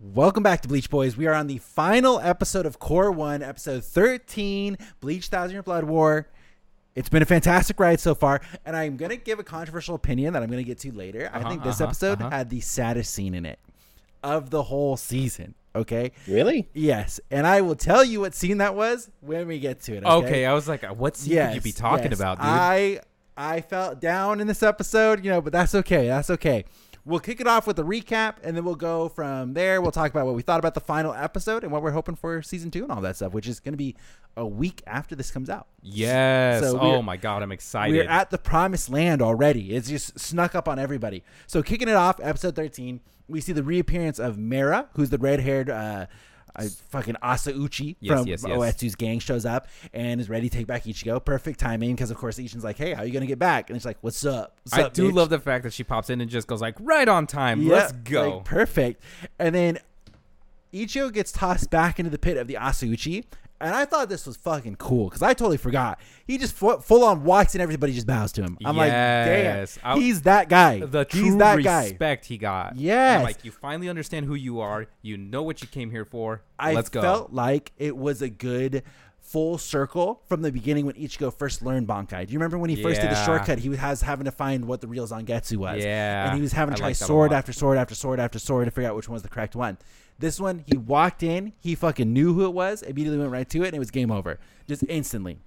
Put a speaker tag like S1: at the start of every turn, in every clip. S1: Welcome back to Bleach Boys. We are on the final episode of Core 1, episode 13, Bleach Thousand Year Blood War. It's been a fantastic ride so far, and I'm going to give a controversial opinion that I'm going to get to later. I think this
S2: uh-huh,
S1: episode
S2: uh-huh.
S1: had the saddest scene in it of the whole season, okay?
S3: Really?
S1: Yes, and I will tell you what scene that was when we get to it,
S2: Okay, I was like, uh, what scene
S1: yes,
S2: could you be talking
S1: yes. Ah,
S2: about, dude?
S1: I I felt down in this episode, you know, but that's okay. That's okay. We'll kick it off with a recap, and then we'll go from there. We'll talk about what we thought about the final episode and what we're hoping for season two and all that stuff, which is going to be a week after this comes out.
S2: yes.
S1: So we're-
S2: oh my god, I'm
S1: We're
S2: excited.
S1: at the promised land already. It's just snuck up on everybody. So kicking it off, episode thirteen, we see the reappearance of Mera, who's the red-haired. Uh, uh fucking Asauchi
S2: Yes,
S1: from
S2: yes, yes.
S1: Oetsu's gang shows up and is ready to take back Ichigo. Perfect timing because of course Ichin's like, "Hey, how you gonna get back?" And it's like, "What's up?" What's
S2: I
S1: up,
S2: do
S1: bitch?"
S2: love the fact that she pops in and just goes like, right on time.
S1: Yeah,
S2: Let's
S1: like,
S2: go.
S1: perfect. And then Ichigo gets tossed back into the pit of the Asauchi. And I thought this was fucking cool because I totally forgot. He just fu- full on walks and everybody just bows to him. I'm
S2: Yes.
S1: like, damn,
S2: I-
S1: he's that guy.
S2: the true
S1: he's that guy.
S2: respect he got.
S1: Yes.
S2: I'm like you finally understand who you are. You know what you came here for.
S1: I
S2: Let's go.
S1: felt like it was a good full circle from the beginning when Ichigo first learned Bankai. Do you remember when he first did the
S2: Yeah.
S1: shortcut? He has having to find what the real Zangetsu was.
S2: Yeah.
S1: And he was having to
S2: I
S1: try
S2: like that a
S1: sword
S2: lot.
S1: after sword after sword after sword to figure out which one was the correct one. This one, he walked in, he fucking knew who it was, immediately went right to it, and it was game over. Just instantly.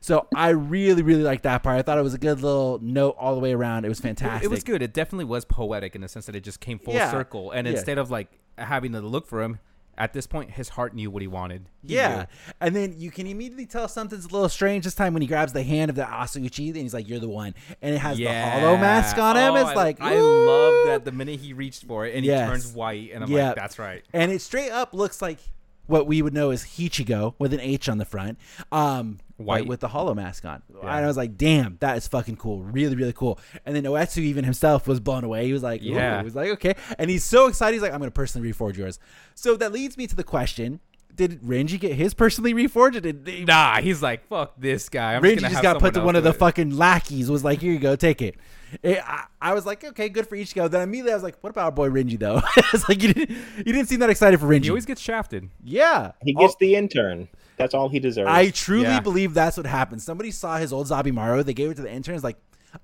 S1: So I really, really liked that part. I thought it was a good little note all the way around. It was fantastic.
S2: It was good. It definitely was poetic in the sense that it just came full
S1: Yeah.
S2: circle. And
S1: Yeah.
S2: instead of like having to look for him, at this point, his heart knew what he wanted. He
S1: Yeah.
S2: knew.
S1: And then you can immediately tell something's a little strange this time when he grabs the hand of the Asuchi and he's like, You're the one. And it has the hollow mask on him.
S2: Oh,
S1: it's
S2: I-
S1: like,
S2: I
S1: "Ooh."
S2: love that the minute he reached for it and
S1: Yes.
S2: he turns white and I'm
S1: Yeah.
S2: like, that's right.
S1: And it straight up looks like what we would know as Hichigo with an H on the front. Um,
S2: White.
S1: White with the hollow mask on. And I was like, damn, that is fucking cool. Really, really cool. And then Oetsu even himself was blown away. He was like, yeah.
S2: Yeah.
S1: He was like, okay. And he's so excited. He's like, I'm going to personally reforge yours. So that leads me to the question. Did Renji get his personally reforged? Or did did-
S2: Nah, he's like, fuck this guy. I'm
S1: Randy
S2: just, gonna
S1: just,
S2: have
S1: got put to
S2: someone
S1: one of
S2: else
S1: the
S2: do it."
S1: fucking lackeys. Was like, here you go, take it. It- I, I was like, okay, good for Ichigo. Then immediately I was like, what about our boy Renji though? it's like you didn't, you didn't seem that excited for Renji.
S2: He always gets shafted.
S1: yeah,
S3: He gets
S1: Oh,
S3: the intern. That's all he deserves.
S1: I truly
S2: Yeah.
S1: believe that's what happened. Somebody saw his old Zabimaru. They gave it to the interns. Like,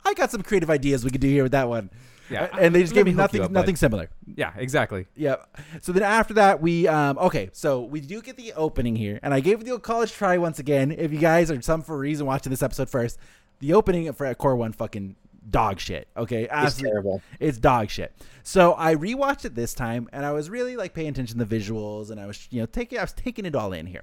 S1: I got some creative ideas we could do here with that one.
S2: Yeah.
S1: and they just
S2: Let
S1: gave me
S2: me hook you
S1: nothing,
S2: up, bud.
S1: nothing similar.
S2: Yeah, exactly.
S1: Yeah. So then after that, we um okay. So we do get the opening here, and I gave the old college try once again. If you guys are some for a reason watching this episode first, the opening for at core one fucking dog shit. Okay,
S3: it's
S1: Absolute-
S3: terrible.
S1: it's dog shit. So I rewatched it this time, and I was really like paying attention to the visuals, and I was you know taking I was taking it all in here.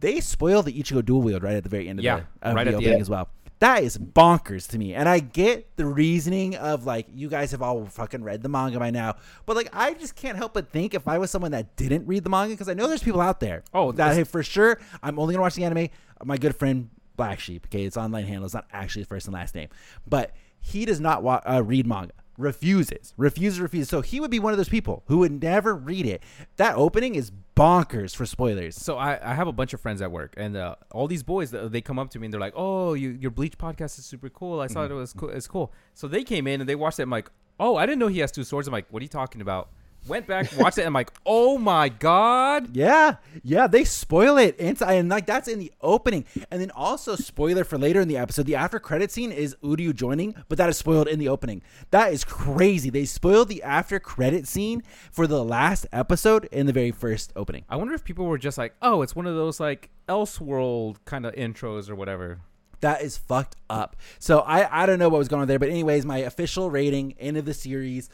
S1: They spoil the Ichigo dual wield right at the very end of
S2: Yeah,
S1: the, of
S2: right
S1: the
S2: at the
S1: opening
S2: end.
S1: as well. That is bonkers to me, and I get the reasoning of like you guys have all fucking read the manga by now, but like I just can't help but think if I was someone that didn't read the manga because I know there's people out there
S2: Oh,
S1: that hey, for sure I'm only gonna watch the anime. My good friend Black Sheep, okay, it's online handle. It's not actually his first and last name, but he does not wa- uh, read manga. Refuses, refuses, refuses. So he would be one of those people who would never read it. That opening is bonkers for spoilers.
S2: So I, I have a bunch of friends at work, and uh, all these boys th- they come up to me and they're like, "Oh, you, your Bleach podcast is super cool. I
S1: Mm-hmm.
S2: saw it was cool. It's cool." So they came in and they watched it. I'm like, "Oh, I didn't know he has two swords." I'm like, "What are you talking about?" Went back, watched it. And I'm like, "Oh my god!"
S1: Yeah, yeah, they spoil it, and, and like that's in the opening, and then also spoiler for later in the episode. The after credit scene is Uryu joining, but that is spoiled in the opening. That is crazy. They spoiled the after credit scene for the last episode in the very first opening.
S2: I wonder if people were just like, "Oh, it's one of those like Elseworld kind of intros or whatever."
S1: That is fucked up. So I I don't know what was going on there, but anyways, my official rating end of the series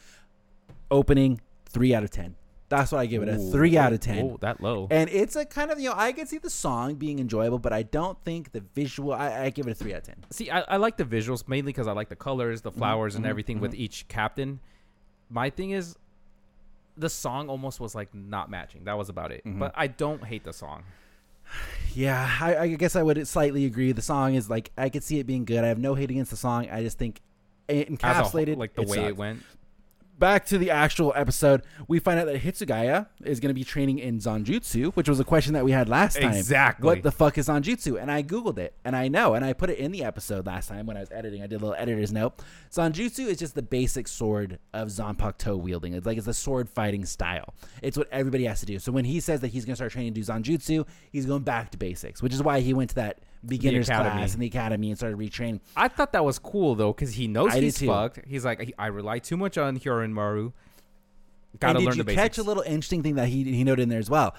S1: opening three out of ten. That's what I give it a
S2: Ooh.
S1: three out of ten.
S2: Oh, that low.
S1: And it's a kind of you know I can see the song being enjoyable, but I don't think the visual. I, I give it a three out of ten.
S2: See, I, I like the visuals mainly because I like the colors, the flowers,
S1: Mm-hmm,
S2: and everything with each captain. My thing is, the song almost was like not matching. That was about it.
S1: Mm-hmm.
S2: But I don't hate the song.
S1: Yeah, I, I guess I would slightly agree. The song is like I could see it being good. I have no hate against the song. I just think it
S2: As a whole,
S1: encapsulated
S2: like the way
S1: sucked.
S2: it went.
S1: back to the actual episode, we find out that Hitsugaya is going to be training in Zanjutsu, which was a question that we had last time.
S2: Exactly.
S1: What the fuck is Zanjutsu? And I Googled it, and I know, and I put it in the episode last time when I was editing. I did a little editor's note. Zanjutsu is just the basic sword of Zanpakuto wielding. It's like it's a sword fighting style. It's what everybody has to do. So when he says that he's going to start training to do Zanjutsu, he's going back to basics, which is why he went to that beginner's
S2: academy.
S1: class in the academy and started retraining.
S2: I thought that was cool though, because he knows
S1: I did
S2: he's
S1: too.
S2: fucked. He's like, "I- I rely too much on Hyorin Maru. Gotta
S1: and did
S2: learn
S1: you
S2: the basics.
S1: catch a little interesting thing that he he noted in there as well?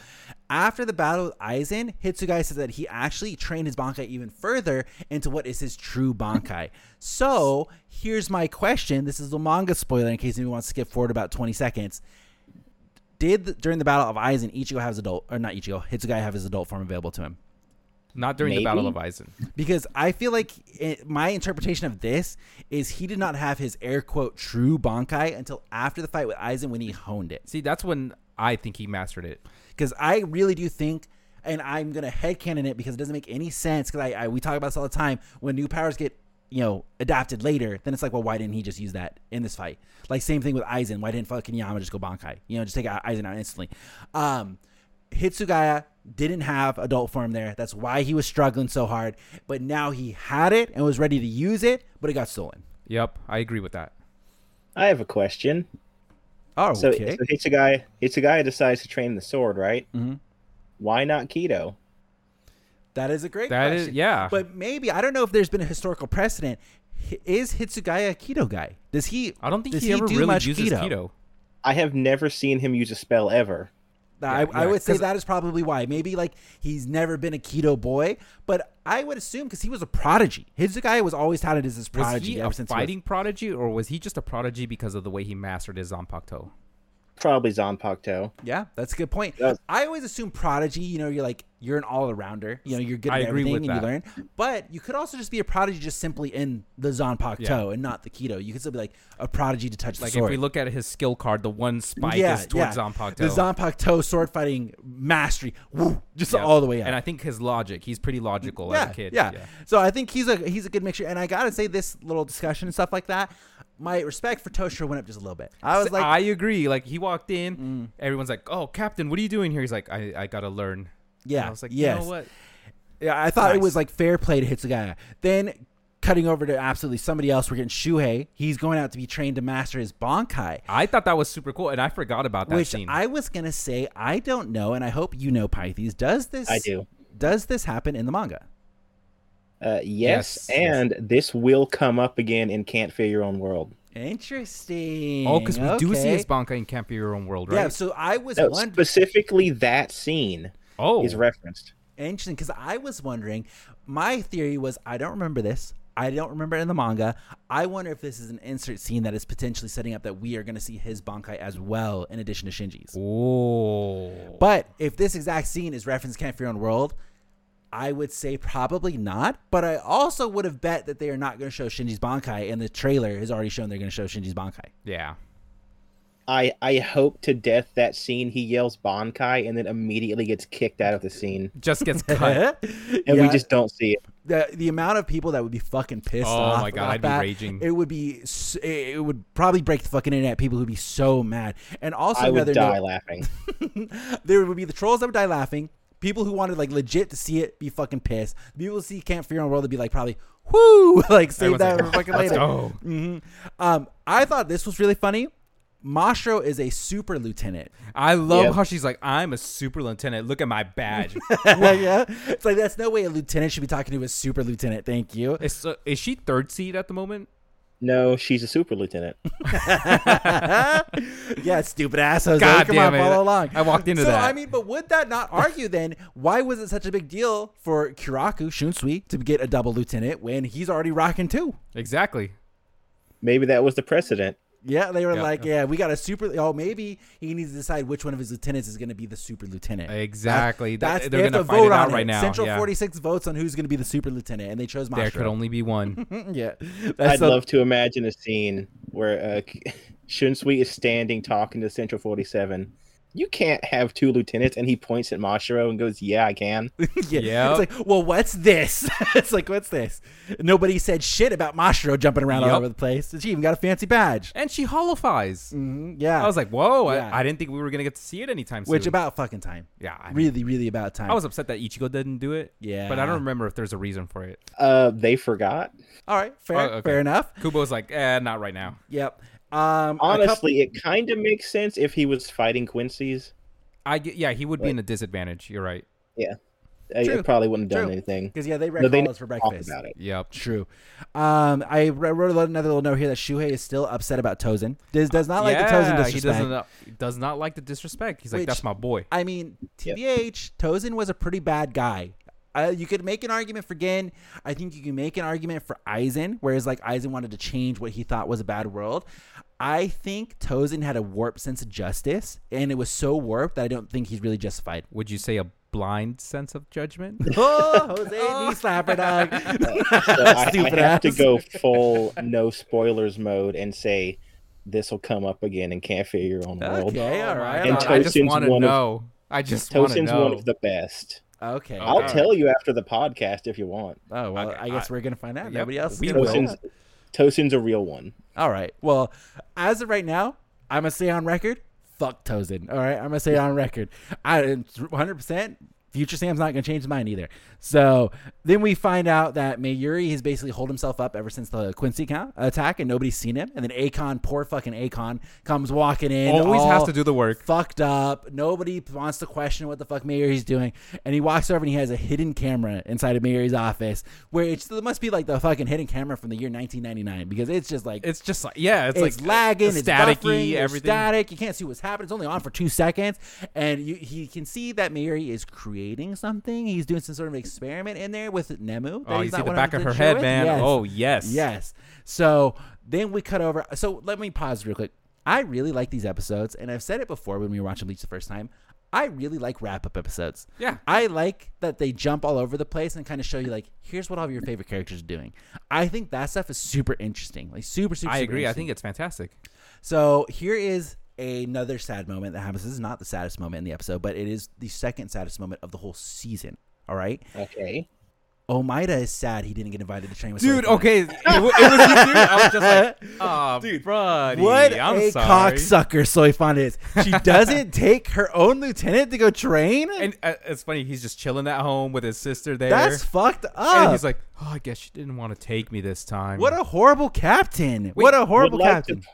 S1: After the battle with Aizen, Hitsugai says that he actually trained his Bankai even further into what is his true Bankai. so here's my question: This is a manga spoiler in case anyone wants to skip forward about 20 seconds. Did the, during the battle of Aizen, Ichigo have his adult or not Ichigo Hitsugai have his adult form available to him?
S2: Not during the Battle of
S3: Maybe?
S2: Aizen.
S1: Because I feel like it, my interpretation of this is he did not have his air quote true Bankai until after the fight with Aizen when he honed it.
S2: See, that's when I think he mastered it.
S1: because I really do think, and I'm gonna headcanon it because it doesn't make any sense. Because I, I we talk about this all the time when new powers get you know adapted later, then it's like, well, why didn't he just use that in this fight? Like same thing with Aizen. Why didn't fucking Yama just go Bankai? You know, just take out Aizen out instantly. Um, Hitsugaya didn't have adult form there. That's why he was struggling so hard. But now he had it and was ready to use it, but it got stolen.
S2: Yep, I agree with that.
S3: I have a question.
S1: Oh,
S3: So,
S1: okay.
S3: so Hitsugai, Hitsugai decides to train the sword, right? Mm-hmm. Why not keto?
S1: That is a great
S2: That is-
S1: question.
S2: yeah.
S1: But maybe I don't know if there's been a historical precedent. H- Is Hitsugaya a keto guy? Does he?
S2: I don't think
S1: does
S2: he, ever
S1: do
S2: really
S1: much
S2: uses keto.
S3: I have never seen him use a spell ever.
S1: I,
S2: Yeah,
S1: I
S2: yeah,
S1: would say
S2: 'cause-
S1: that is probably why. Maybe like he's never been a keto boy, but I would assume because he was a prodigy. Hitsugaya was always touted as this
S2: Was
S1: prodigy
S2: he
S1: ever
S2: a
S1: since. he was-
S2: fighting prodigy, or was he just a prodigy because of the way he mastered his Zanpakuto?
S3: Probably Zanpakuto.
S1: yeah, that's a good point.
S3: Yes.
S1: I always assume prodigy. You know, you're like you're an all arounder. You know, you're good
S2: I
S1: at
S2: agree
S1: everything and
S2: with
S1: you
S2: that.
S1: learn. But you could also just be a prodigy just simply in the Zanpakuto
S2: Yeah.
S1: and not the keto. You could still be like a prodigy to touch
S2: Like
S1: the sword.
S2: if we look at his skill card, the one spike is towards Zanpakuto.
S1: The Zanpakuto sword fighting mastery, woo, just
S2: Yep.
S1: all the way up.
S2: And I think his logic, he's pretty logical
S1: yeah,
S2: as a kid.
S1: yeah, So I think he's a he's a good mixture. And I gotta say, this little discussion and stuff like that, my respect for Toshiro went up just a little bit. I was like, Mm.
S2: I agree. Like he walked in, everyone's like, "Oh, Captain, what are you doing here?" He's like, "I, I gotta learn." And
S1: yeah,
S2: I was like,
S1: yes.
S2: "You know what?
S1: Yeah, I thought it
S2: Nice.
S1: was like fair play to Hitsugaya. Then cutting over to absolutely somebody else, we're getting Shuhei. He's going out to be trained to master his Bonkai.
S2: I thought that was super cool, and I forgot about that
S1: which
S2: scene.
S1: I was gonna say, I don't know, and I hope you know, Pythes. Does this?
S3: I do.
S1: Does this happen in the manga?
S3: Uh, yes,
S2: Yes, yes.
S3: and this will come up again in Can't Fear Your Own World.
S1: Interesting.
S2: oh, because we do see
S1: Okay.
S2: his Bankai in Camp of Your Own World, right?
S1: Yeah, so I was
S3: No,
S1: wondering.
S3: specifically that scene
S2: oh,
S3: is referenced.
S1: Interesting, because I was wondering. My theory was I don't remember this. I don't remember it in the manga. I wonder if this is an insert scene that is potentially setting up that we are going to see his Bankai as well, in addition to Shinji's.
S2: oh,
S1: But if this exact scene is referenced Can't Fear Your Own World, I would say probably not. But I also would have bet that they are not going to show Shinji's Bankai, and the trailer has already shown they're going to show Shinji's Bankai.
S2: yeah.
S3: I I hope to death that scene he yells Bonkai and then immediately gets kicked out of the scene,
S2: Just gets cut.
S3: and we
S1: Yeah.
S3: just don't see it.
S1: the the amount of people that would be fucking pissed
S2: Oh
S1: off.
S2: my God,
S1: about
S2: I'd be
S1: that,
S2: raging.
S1: It would be s- it it would probably break the fucking internet. People would be so mad. And also
S3: I
S1: another
S3: would die
S1: note,
S3: laughing.
S1: there would be the trolls that would die laughing. People who wanted like legit to see it be fucking pissed. People who see Camp Fear on World would be like probably whoo like save
S2: Everyone's
S1: that
S2: like,
S1: for fucking
S2: Let's
S1: later.
S2: go.
S1: Um, I thought this was really funny. Mashro is a super lieutenant.
S2: I love
S3: Yep.
S2: how she's like, "I'm a super lieutenant. Look at my badge."
S1: yeah, it's like that's no way a lieutenant should be talking to a super lieutenant. Thank you.
S2: is, so- is she third seat at the moment?
S3: No, she's a super lieutenant.
S1: yeah, stupid ass. Jose.
S2: God
S1: Come
S2: damn
S1: on,
S2: it.
S1: follow along.
S2: I walked into
S1: so,
S2: that.
S1: I mean, but would that not argue then? Why was it such a big deal for Kiraku Shunsui to get a double lieutenant when he's already rocking two?
S2: Exactly.
S3: Maybe that was the precedent.
S1: Yeah, they were
S2: Yeah.
S1: like, yeah, we got a super. Oh, maybe he needs to decide which one of his lieutenants is going to be the super lieutenant.
S2: Exactly. That-
S1: That's
S2: they're
S1: they have
S2: gonna
S1: to
S2: fight
S1: vote
S2: it out
S1: on
S2: right now,
S1: Central
S2: yeah.
S1: 46 votes on who's going to be the super lieutenant, and they chose
S2: There could
S1: Mashiro.
S2: only be one.
S1: yeah,
S3: I'd
S1: That's a-
S3: love to imagine a scene where uh, Shunsui is standing talking to Central 47, you can't have two lieutenants. And he points at Mashiro and goes, yeah, I can.
S1: yeah. It's
S2: Yep.
S1: like, well, what's this? it's like, what's this? Nobody said shit about Mashiro jumping around all
S2: Yep.
S1: over the place. She even got a fancy badge.
S2: and she holifies.
S1: hmm Yeah.
S2: I was like, whoa!
S1: Yeah.
S2: I, I didn't think we were gonna get to see it anytime soon.
S1: which about fucking time.
S2: yeah, I,
S1: Really, really about time.
S2: I was upset that Ichigo didn't do it.
S1: Yeah.
S2: but I don't remember if there's a reason for it.
S3: Uh, they forgot.
S1: all right. Fair,
S2: Oh, okay.
S1: fair enough.
S2: Kubo's like, eh, not right now.
S1: Yep. Um, a couple-
S3: Honestly, it kind of makes sense if he was fighting Quincy's.
S2: I get, yeah, he would be in a disadvantage. You're right.
S3: Uh,
S1: True.
S3: It probably wouldn't have done
S1: True.
S3: anything.
S1: Because yeah, they wreck
S3: No, they
S1: all us for
S3: Talk
S1: breakfast.
S3: about it.
S2: Yep.
S1: True. Um, I wr- wrote a little- another little note here that Shuhei is still upset about Tozen. Does does not like the Tozen
S2: Yeah,
S1: disrespect.
S2: He doesn't uh, does not like the disrespect. He's like,
S1: Which-
S2: that's my boy.
S1: I mean,
S3: Yeah.
S1: TBH, Tozen was a pretty bad guy. Uh, you could make an argument for Gin. I think you can make an argument for Aizen, whereas like Aizen wanted to change what he thought was a bad world. I think Tozen had a warped sense of justice, and it was so warped that I don't think he's really justified.
S2: Would you say a blind sense of judgment?
S1: Oh, Jose, knee slapper dog.
S3: So I, I
S1: Stupid
S3: have to
S1: ass.
S3: go full no spoilers mode and say this will come up again in Can't Fear Your Own World.
S1: Okay, all right.
S2: And Oh
S3: And
S2: I just
S3: Tosin's
S2: want to
S3: one of-
S2: know. I just want to
S3: Tosin's
S2: know.
S3: one of the best.
S1: Okay.
S2: Oh,
S3: I'll
S2: Okay.
S3: tell you after the podcast if you want.
S1: Oh well,
S2: Okay,
S1: I guess
S2: I-
S1: we're gonna find out.
S2: Yep,
S1: Nobody else. is
S2: we
S1: gonna
S2: will.
S1: find
S3: Tosin's,
S1: out.
S3: Tosin's a real one.
S1: All right. Well, as of right now, I'm gonna say on record, fuck Tozen. All right, I'm gonna say on record, I 100. percent Future Sam's not gonna change his mind either. So then we find out that Mayuri has basically holed himself up ever since the Quincy count, attack, and nobody's seen him. And then Akon, poor fucking Akon, comes walking in.
S2: Always
S1: all
S2: has to do the work.
S1: Fucked up. Nobody wants to question what the fuck Mayuri's doing. And he walks over and he has a hidden camera inside of Mayuri's office, where it's, it must be like the fucking hidden camera from the year 1999 because it's just like
S2: It's just like yeah, it's,
S1: it's,
S2: like
S1: lagging, it's
S2: staticky,
S1: buffering, it's
S2: everything.
S1: static. You can't see what's happening. It's only on for two seconds, and you, he can see that Mary is creating something. He's doing some sort of experiment in there with Nemu. that
S2: Oh,
S1: he's
S2: you see
S1: not
S2: the back of
S1: 100% sure
S2: her head,
S1: with.
S2: man.
S1: Yes.
S2: Oh yes,
S1: yes. So then we cut over. So let me pause real quick. I really like these episodes, and I've said it before when we were watching Bleach the first time. I really like wrap up episodes.
S2: Yeah.
S1: I like that they jump all over the place and kind of show you like, here's what all of your favorite characters are doing. I think that stuff is super interesting. Like super, super.
S2: I
S1: super
S2: agree. I
S1: interesting.
S2: think it's fantastic.
S1: So here is another sad moment that happens. This is not the saddest moment in the episode, but it is the second saddest moment of the whole season. All right.
S3: Okay.
S1: Omaida is sad he didn't get invited to train with
S2: Dude,
S1: Sonicon.
S2: okay, it, wa- it was you, dude. I was just like, oh, dude, buddy,
S1: What
S2: I'm
S1: a
S2: sorry.
S1: cocksucker Soifan is. She doesn't take her own lieutenant to go train.
S2: And uh, it's funny, he's just chilling at home with his sister there.
S1: That's fucked
S2: and
S1: up.
S2: he's like, oh, I guess she didn't want to take me this time.
S1: what a horrible captain. what a horrible
S3: would like
S1: captain.
S3: To,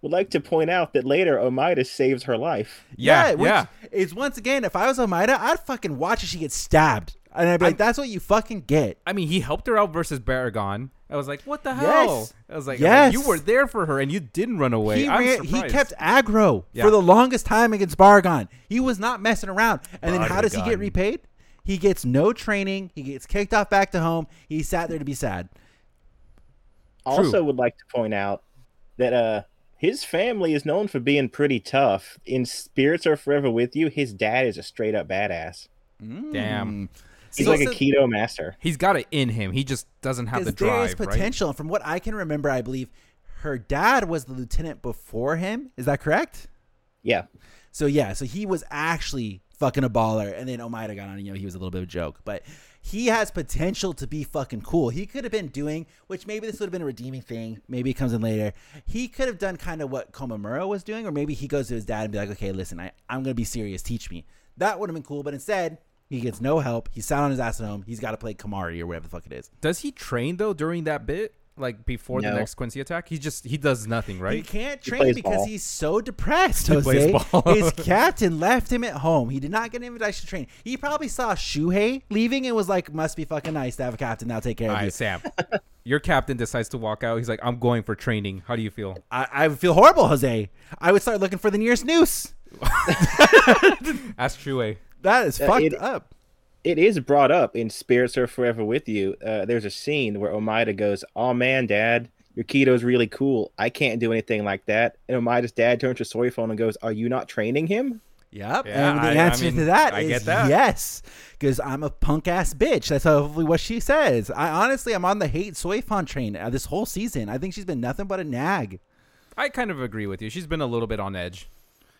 S3: would like to point out that later Omida saves her life.
S2: yeah, yeah.
S1: which is once again, if I was Omaida, I'd fucking watch as she gets stabbed. And I'd be like, that's what you fucking get.
S2: I mean, he helped her out versus Baragon. I was like, what the hell? I was like, I was like,
S1: Yes.
S2: you were there for her and you didn't run away.
S1: He,
S2: I'm
S1: ran, he
S2: surprised.
S1: kept aggro
S2: Yeah.
S1: for the longest time against Bargon. He was not messing around. And then how does he get
S2: Barragan.
S1: repaid? He gets no training. He gets kicked off back to home. He sat there to be sad.
S3: Also, would like to point out that uh, his family is known for being pretty tough. In Spirits Are Forever with You, his dad is a straight up badass.
S1: hmm.
S2: Damn.
S3: He's
S1: So-
S3: like a
S1: so-
S3: keto master.
S2: He's got it in him. He just doesn't have the
S1: Because there is
S2: drive, right?
S1: potential. And From what I can remember, I believe her dad was the lieutenant before him. Is that correct?
S3: Yeah.
S1: So yeah, so he was actually fucking a baller, and then Omaida got on. You know, he was a little bit of a joke, but he has potential to be fucking cool. He could have been doing, which maybe this would have been a redeeming thing. Maybe it comes in later. He could have done kind of what Komamura was doing, or maybe he goes to his dad and be like, "Okay, listen, I, I'm gonna be serious. Teach me." That would have been cool, but instead. He gets no help. He's sat on his ass at home. He's got to play Kamari or whatever the fuck it is.
S2: Does he train though during that bit? Like before the
S3: No.
S2: next Quincy attack? He just he does nothing, right?
S1: He can't train
S3: plays
S1: because
S3: ball.
S1: he's so depressed.
S2: plays
S1: Jose,
S2: ball.
S1: his captain left him at home. He did not get an invitation to train. He probably saw Shuhei leaving and was like, "Must be fucking nice to have a captain that'll take care
S2: All
S1: of you."
S2: right, Sam. Your captain decides to walk out. He's like, I'm going for training. How do you feel?
S1: I, I would feel horrible, Jose. I would start looking for the nearest noose.
S2: Ask Shuei.
S1: That is fucked
S3: it-
S1: up.
S3: It is brought up in Spirits Are Forever with You. Uh, there's a scene where Omida goes, Oh man, dad, your keto's really cool. I can't do anything like that. And Omida's dad turns to Soy Phone and goes, Are you not training him?
S1: Yep.
S2: Yeah,
S1: and the
S2: I- I
S1: answer
S2: mean,
S1: to that
S2: I
S1: is
S2: get that.
S1: yes, because I'm a punk ass bitch. That's hopefully what she says. I honestly, I'm on the hate Soifan train uh, this whole season. I think she's been nothing but a nag.
S2: I kind of agree with you. She's been a little bit on edge.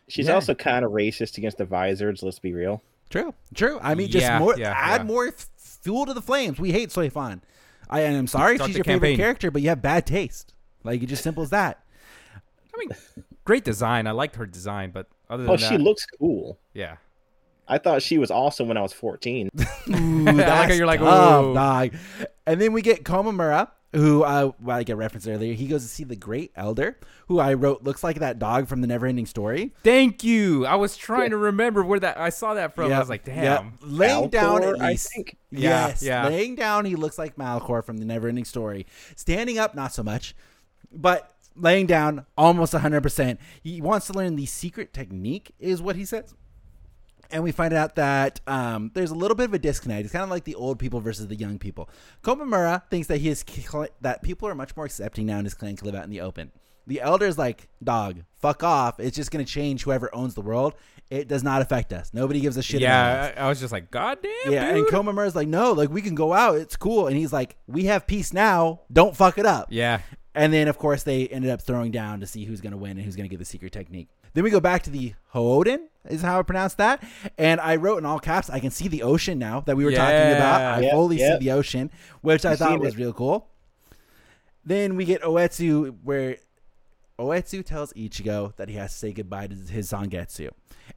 S3: She's
S1: Yeah.
S3: also kind of racist against the Visards. Let's be real.
S1: True, true. I mean, just
S2: Yeah,
S1: more
S2: yeah,
S1: add
S2: yeah.
S1: more f- fuel to the flames. We hate Soifan. I and I'm sorry if
S2: Start
S1: she's
S2: the
S1: your
S2: campaign.
S1: favorite character, but you have bad taste. Like it's just simple as that.
S2: I mean, great design. I liked her design, but other than
S3: Oh,
S2: that,
S3: she looks cool.
S2: yeah.
S3: I thought she was awesome when I was 14.
S1: Ooh,
S2: like how
S1: that's
S2: you're like,
S1: tough,
S2: ooh.
S1: dog. And then we get Komamura, who uh, well, I get referenced earlier. He goes to see the Great Elder, who I wrote looks like that dog from the Neverending Story.
S2: Thank you. I was trying to remember where that I saw that from. I
S1: Yep,
S2: was like,
S1: yep.
S2: damn.
S1: Laying down,
S3: Alcor,
S1: at
S3: I
S1: least.
S3: think.
S2: Yeah,
S1: yes,
S2: yeah.
S1: laying down, he looks like Malcor from the Neverending Story. Standing up, not so much, but laying down, almost 100%. He wants to learn the secret technique, is what he says. And we find out that um, there's a little bit of a disconnect. It's kind of like the old people versus the young people. Komamura thinks that he is that people are much more accepting now, and his clan can live out in the open. The elder is like, "Dog, fuck off! It's just gonna change whoever owns the world. It does not affect us. Nobody gives a shit." about us
S2: Yeah, I, I was just like, God damn,
S1: yeah,
S2: dude.
S1: and Komamura's like, no, like we can go out, it's cool, and he's like, we have peace now, don't fuck it up.
S2: yeah,
S1: And then of course they ended up throwing down to see who's gonna win and who's gonna get the secret technique. Then we go back to the Hoodin, is how I pronounce that. And I wrote in all caps, I can see the ocean now that we were talking about.
S2: Yeah.
S1: I
S3: Yep,
S1: fully
S3: yep.
S1: see the ocean, which I
S3: I've
S1: thought
S3: seen
S1: was
S3: it.
S1: real cool. Then we get Oetsu, where Oetsu tells Ichigo that he has to say goodbye to his Zangetsu.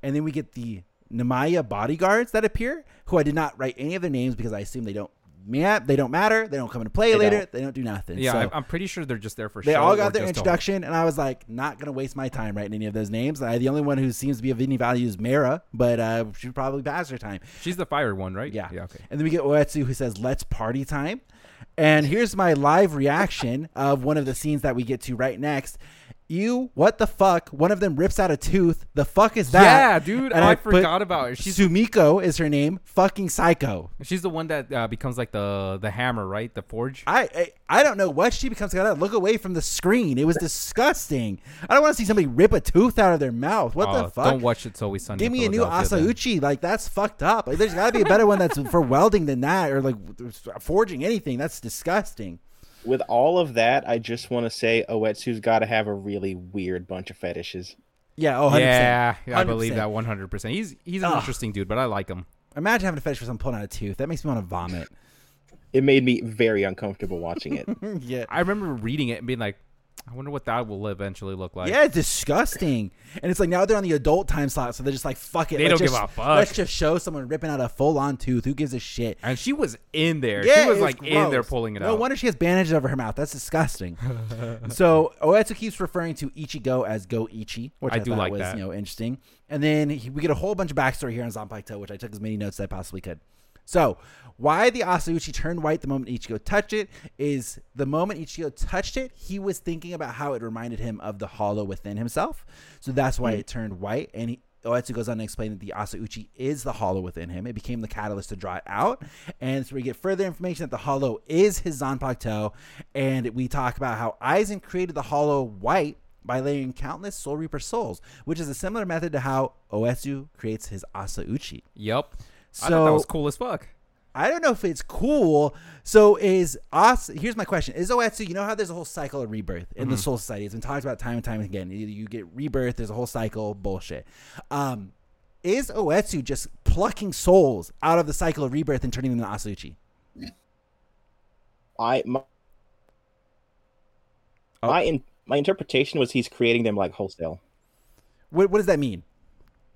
S1: And then we get the Namaya bodyguards that appear, who I did not write any of their names because I assume they don't yeah, they don't matter. They don't come into play
S3: They
S1: later.
S3: don't.
S1: They don't do nothing.
S2: yeah.
S1: So
S2: I, I'm pretty sure they're just there for.
S1: they
S2: show
S1: all
S2: or
S1: got their
S2: just to-
S1: introduction, and I was like, not gonna waste my time writing any of those names. I, the only one who seems to be of any value is Mara, but uh, she probably passed her time.
S2: She's the fired one, right?
S1: Yeah.
S2: Yeah. Okay.
S1: And then we get Oetsu who says, "Let's party time." And here's my live reaction of one of the scenes that we get to right next. You, what the fuck? One of them rips out a tooth. The fuck is that?
S2: yeah, dude.
S1: And
S2: I,
S1: put
S2: forgot about her. She's
S1: Sumiko is her name. Fucking psycho.
S2: she's the one that uh, becomes like the the hammer, right? The forge.
S1: I, I I don't know what she becomes. Gotta look away from the screen. It was disgusting. I don't want to see somebody rip a tooth out of their mouth. What
S2: Oh,
S1: the fuck?
S2: Don't watch it. So we Sunday.
S1: Give
S2: in
S1: me a new
S2: Philadelphia then.
S1: Asauchi. Like that's fucked up. Like, there's got to be a better one that's for welding than that, or like forging anything. That's disgusting.
S3: With all of that, I just want to say Oetsu's got to have a really weird bunch of fetishes.
S1: Yeah. Oh, 100%.
S2: Yeah, I believe
S1: 100%.
S2: that 100. percent He's he's an
S1: Ugh.
S2: interesting dude, but I like him.
S1: Imagine having a fetish for someone pulling out a tooth. That makes me want to vomit.
S3: It made me very uncomfortable watching it.
S1: yeah.
S2: I remember reading it and being like, I wonder what that will eventually look like.
S1: Yeah, it's disgusting. And it's like now they're on the adult time slot, so they're just like, fuck it.
S2: They
S1: let's
S2: don't give
S1: just-
S2: a fuck.
S1: Let's just show someone ripping out a full on tooth. Who gives a shit?
S2: And she was in there.
S1: Yeah,
S2: she was
S1: it
S2: like in there
S1: gross.
S2: pulling it
S1: no
S2: out.
S1: wonder she has bandages over her mouth. That's disgusting. so Oetsu keeps referring to Ichigo as Go Ichi, which I,
S2: I do
S1: thought
S2: like
S1: was
S2: that.
S1: you know interesting. And then he, we get a whole bunch of backstory here on Zanpakuto, which I took as many notes as I possibly could. So why the Asauchi turned white the moment Ichigo touched it is the moment Ichigo touched it, he was thinking about how it reminded him of the hollow within himself. So that's
S2: Hmm.
S1: why it turned white. And he, Oetsu goes on to explain that the Asauchi is the hollow within him. It became the catalyst to draw it out. And so we get further information that the hollow is his Zanpakuto. And we talk about how Aizen created the hollow white by layering countless Soul Reaper souls, which is a similar method to how Oetsu creates his Asauchi.
S2: Yep. I thought
S1: So-
S2: that was cool as fuck.
S1: I don't know if it's cool. So is Os here's my question. Is Oetsu, you know how there's a whole cycle of rebirth in the Soul Society? It's been talked about time and time again. You, you get rebirth, there's a whole cycle, bullshit. Um, is Oetsu just plucking souls out of the cycle of rebirth and turning them into Asuchi?
S3: I my
S2: Oh.
S3: my, in, my interpretation was he's creating them like wholesale.
S1: What, what does that mean?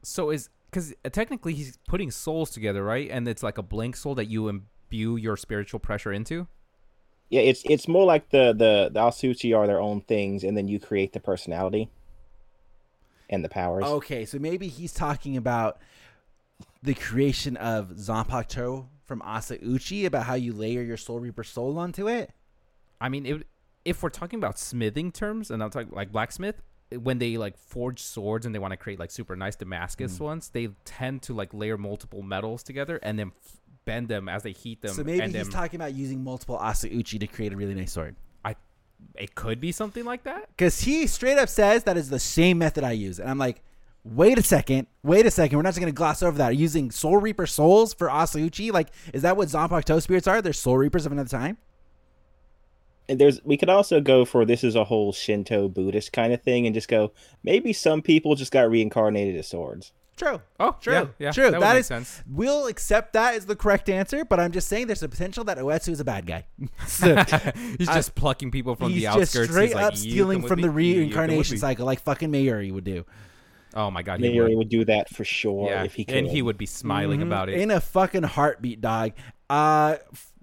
S2: So is because technically he's putting souls together, right? And it's like a blank soul that you imbue your spiritual pressure into.
S3: Yeah, it's it's more like the the the Asuchi are their own things, and then you create the personality and the powers.
S2: Oh.
S1: Okay, so maybe he's talking about the creation of Zanpakuto from Asauchi, about how you layer your Soul Reaper soul onto it.
S2: I mean, it, if we're talking about smithing terms, and I'm talking like blacksmith, eh, when they like forge swords and they want to create like super nice Damascus
S1: Mm.
S2: ones, they tend to like layer multiple metals together and then f- bend them as they heat them.
S1: So maybe
S2: and
S1: he's
S2: then-
S1: talking about using multiple Asauchi to create a really nice sword.
S2: I, it could be something like that.
S1: Because he straight up says that is the same method I use. And I'm like, wait a second. Wait a second. We're not just going to gloss over that. Are you using Soul Reaper souls for Asauchi? Like, is that what Zanpakuto spirits are? They're Soul Reapers of another time?
S3: And there's we could also go for this is a whole Shinto Buddhist kind of thing and just go maybe some people just got reincarnated as swords.
S1: True.
S2: Oh,
S1: true.
S2: yeah, yeah,
S1: true.
S2: that would
S1: that
S2: make
S1: is.
S2: sense.
S1: We'll accept that as the correct answer, but I'm just saying there's a potential that Oetsu is a bad guy. So,
S2: he's just plucking people from
S1: he's
S2: the
S1: just
S2: outskirts.
S1: straight
S2: he's like,
S1: up
S2: "You
S1: stealing
S2: come
S1: from
S2: with
S1: the
S2: me, you come with
S1: reincarnation
S2: me."
S1: cycle, like fucking Mayuri would do.
S2: Oh my god, he
S3: Mayuri
S2: would.
S3: would do that for sure
S2: yeah,
S3: if he could.
S2: and he would be smiling
S1: Mhm.
S2: about it.
S1: in a fucking heartbeat, dog. Uh,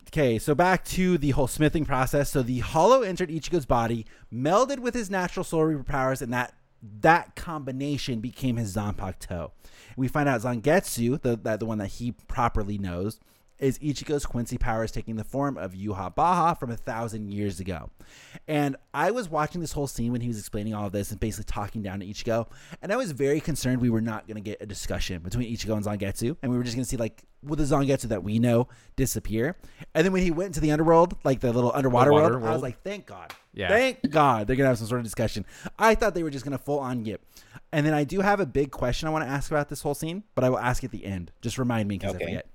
S1: okay, so back to the whole smithing process. So the hollow entered Ichigo's body, melded with his natural soul reaper powers, and that that combination became his Zanpakuto. We find out Zangetsu, the that, the one that he properly knows, is Ichigo's Quincy powers taking the form of Yuha Baha from a thousand years ago. And I was watching this whole scene when he was explaining all of this and basically talking down to Ichigo. And I was very concerned we were not going to get a discussion between Ichigo and Zangetsu. And we were just going to see, like, will the Zangetsu that we know disappear? And then when he went into the underworld, like the little underwater
S2: water
S1: world, I was
S2: world.
S1: like, thank God.
S2: Yeah.
S1: Thank God they're going to have some sort of discussion. I thought they were just going to full on yip. And then I do have a big question I want to ask about this whole scene, but I will ask at the end. Just remind me because
S3: Okay.
S1: I forget.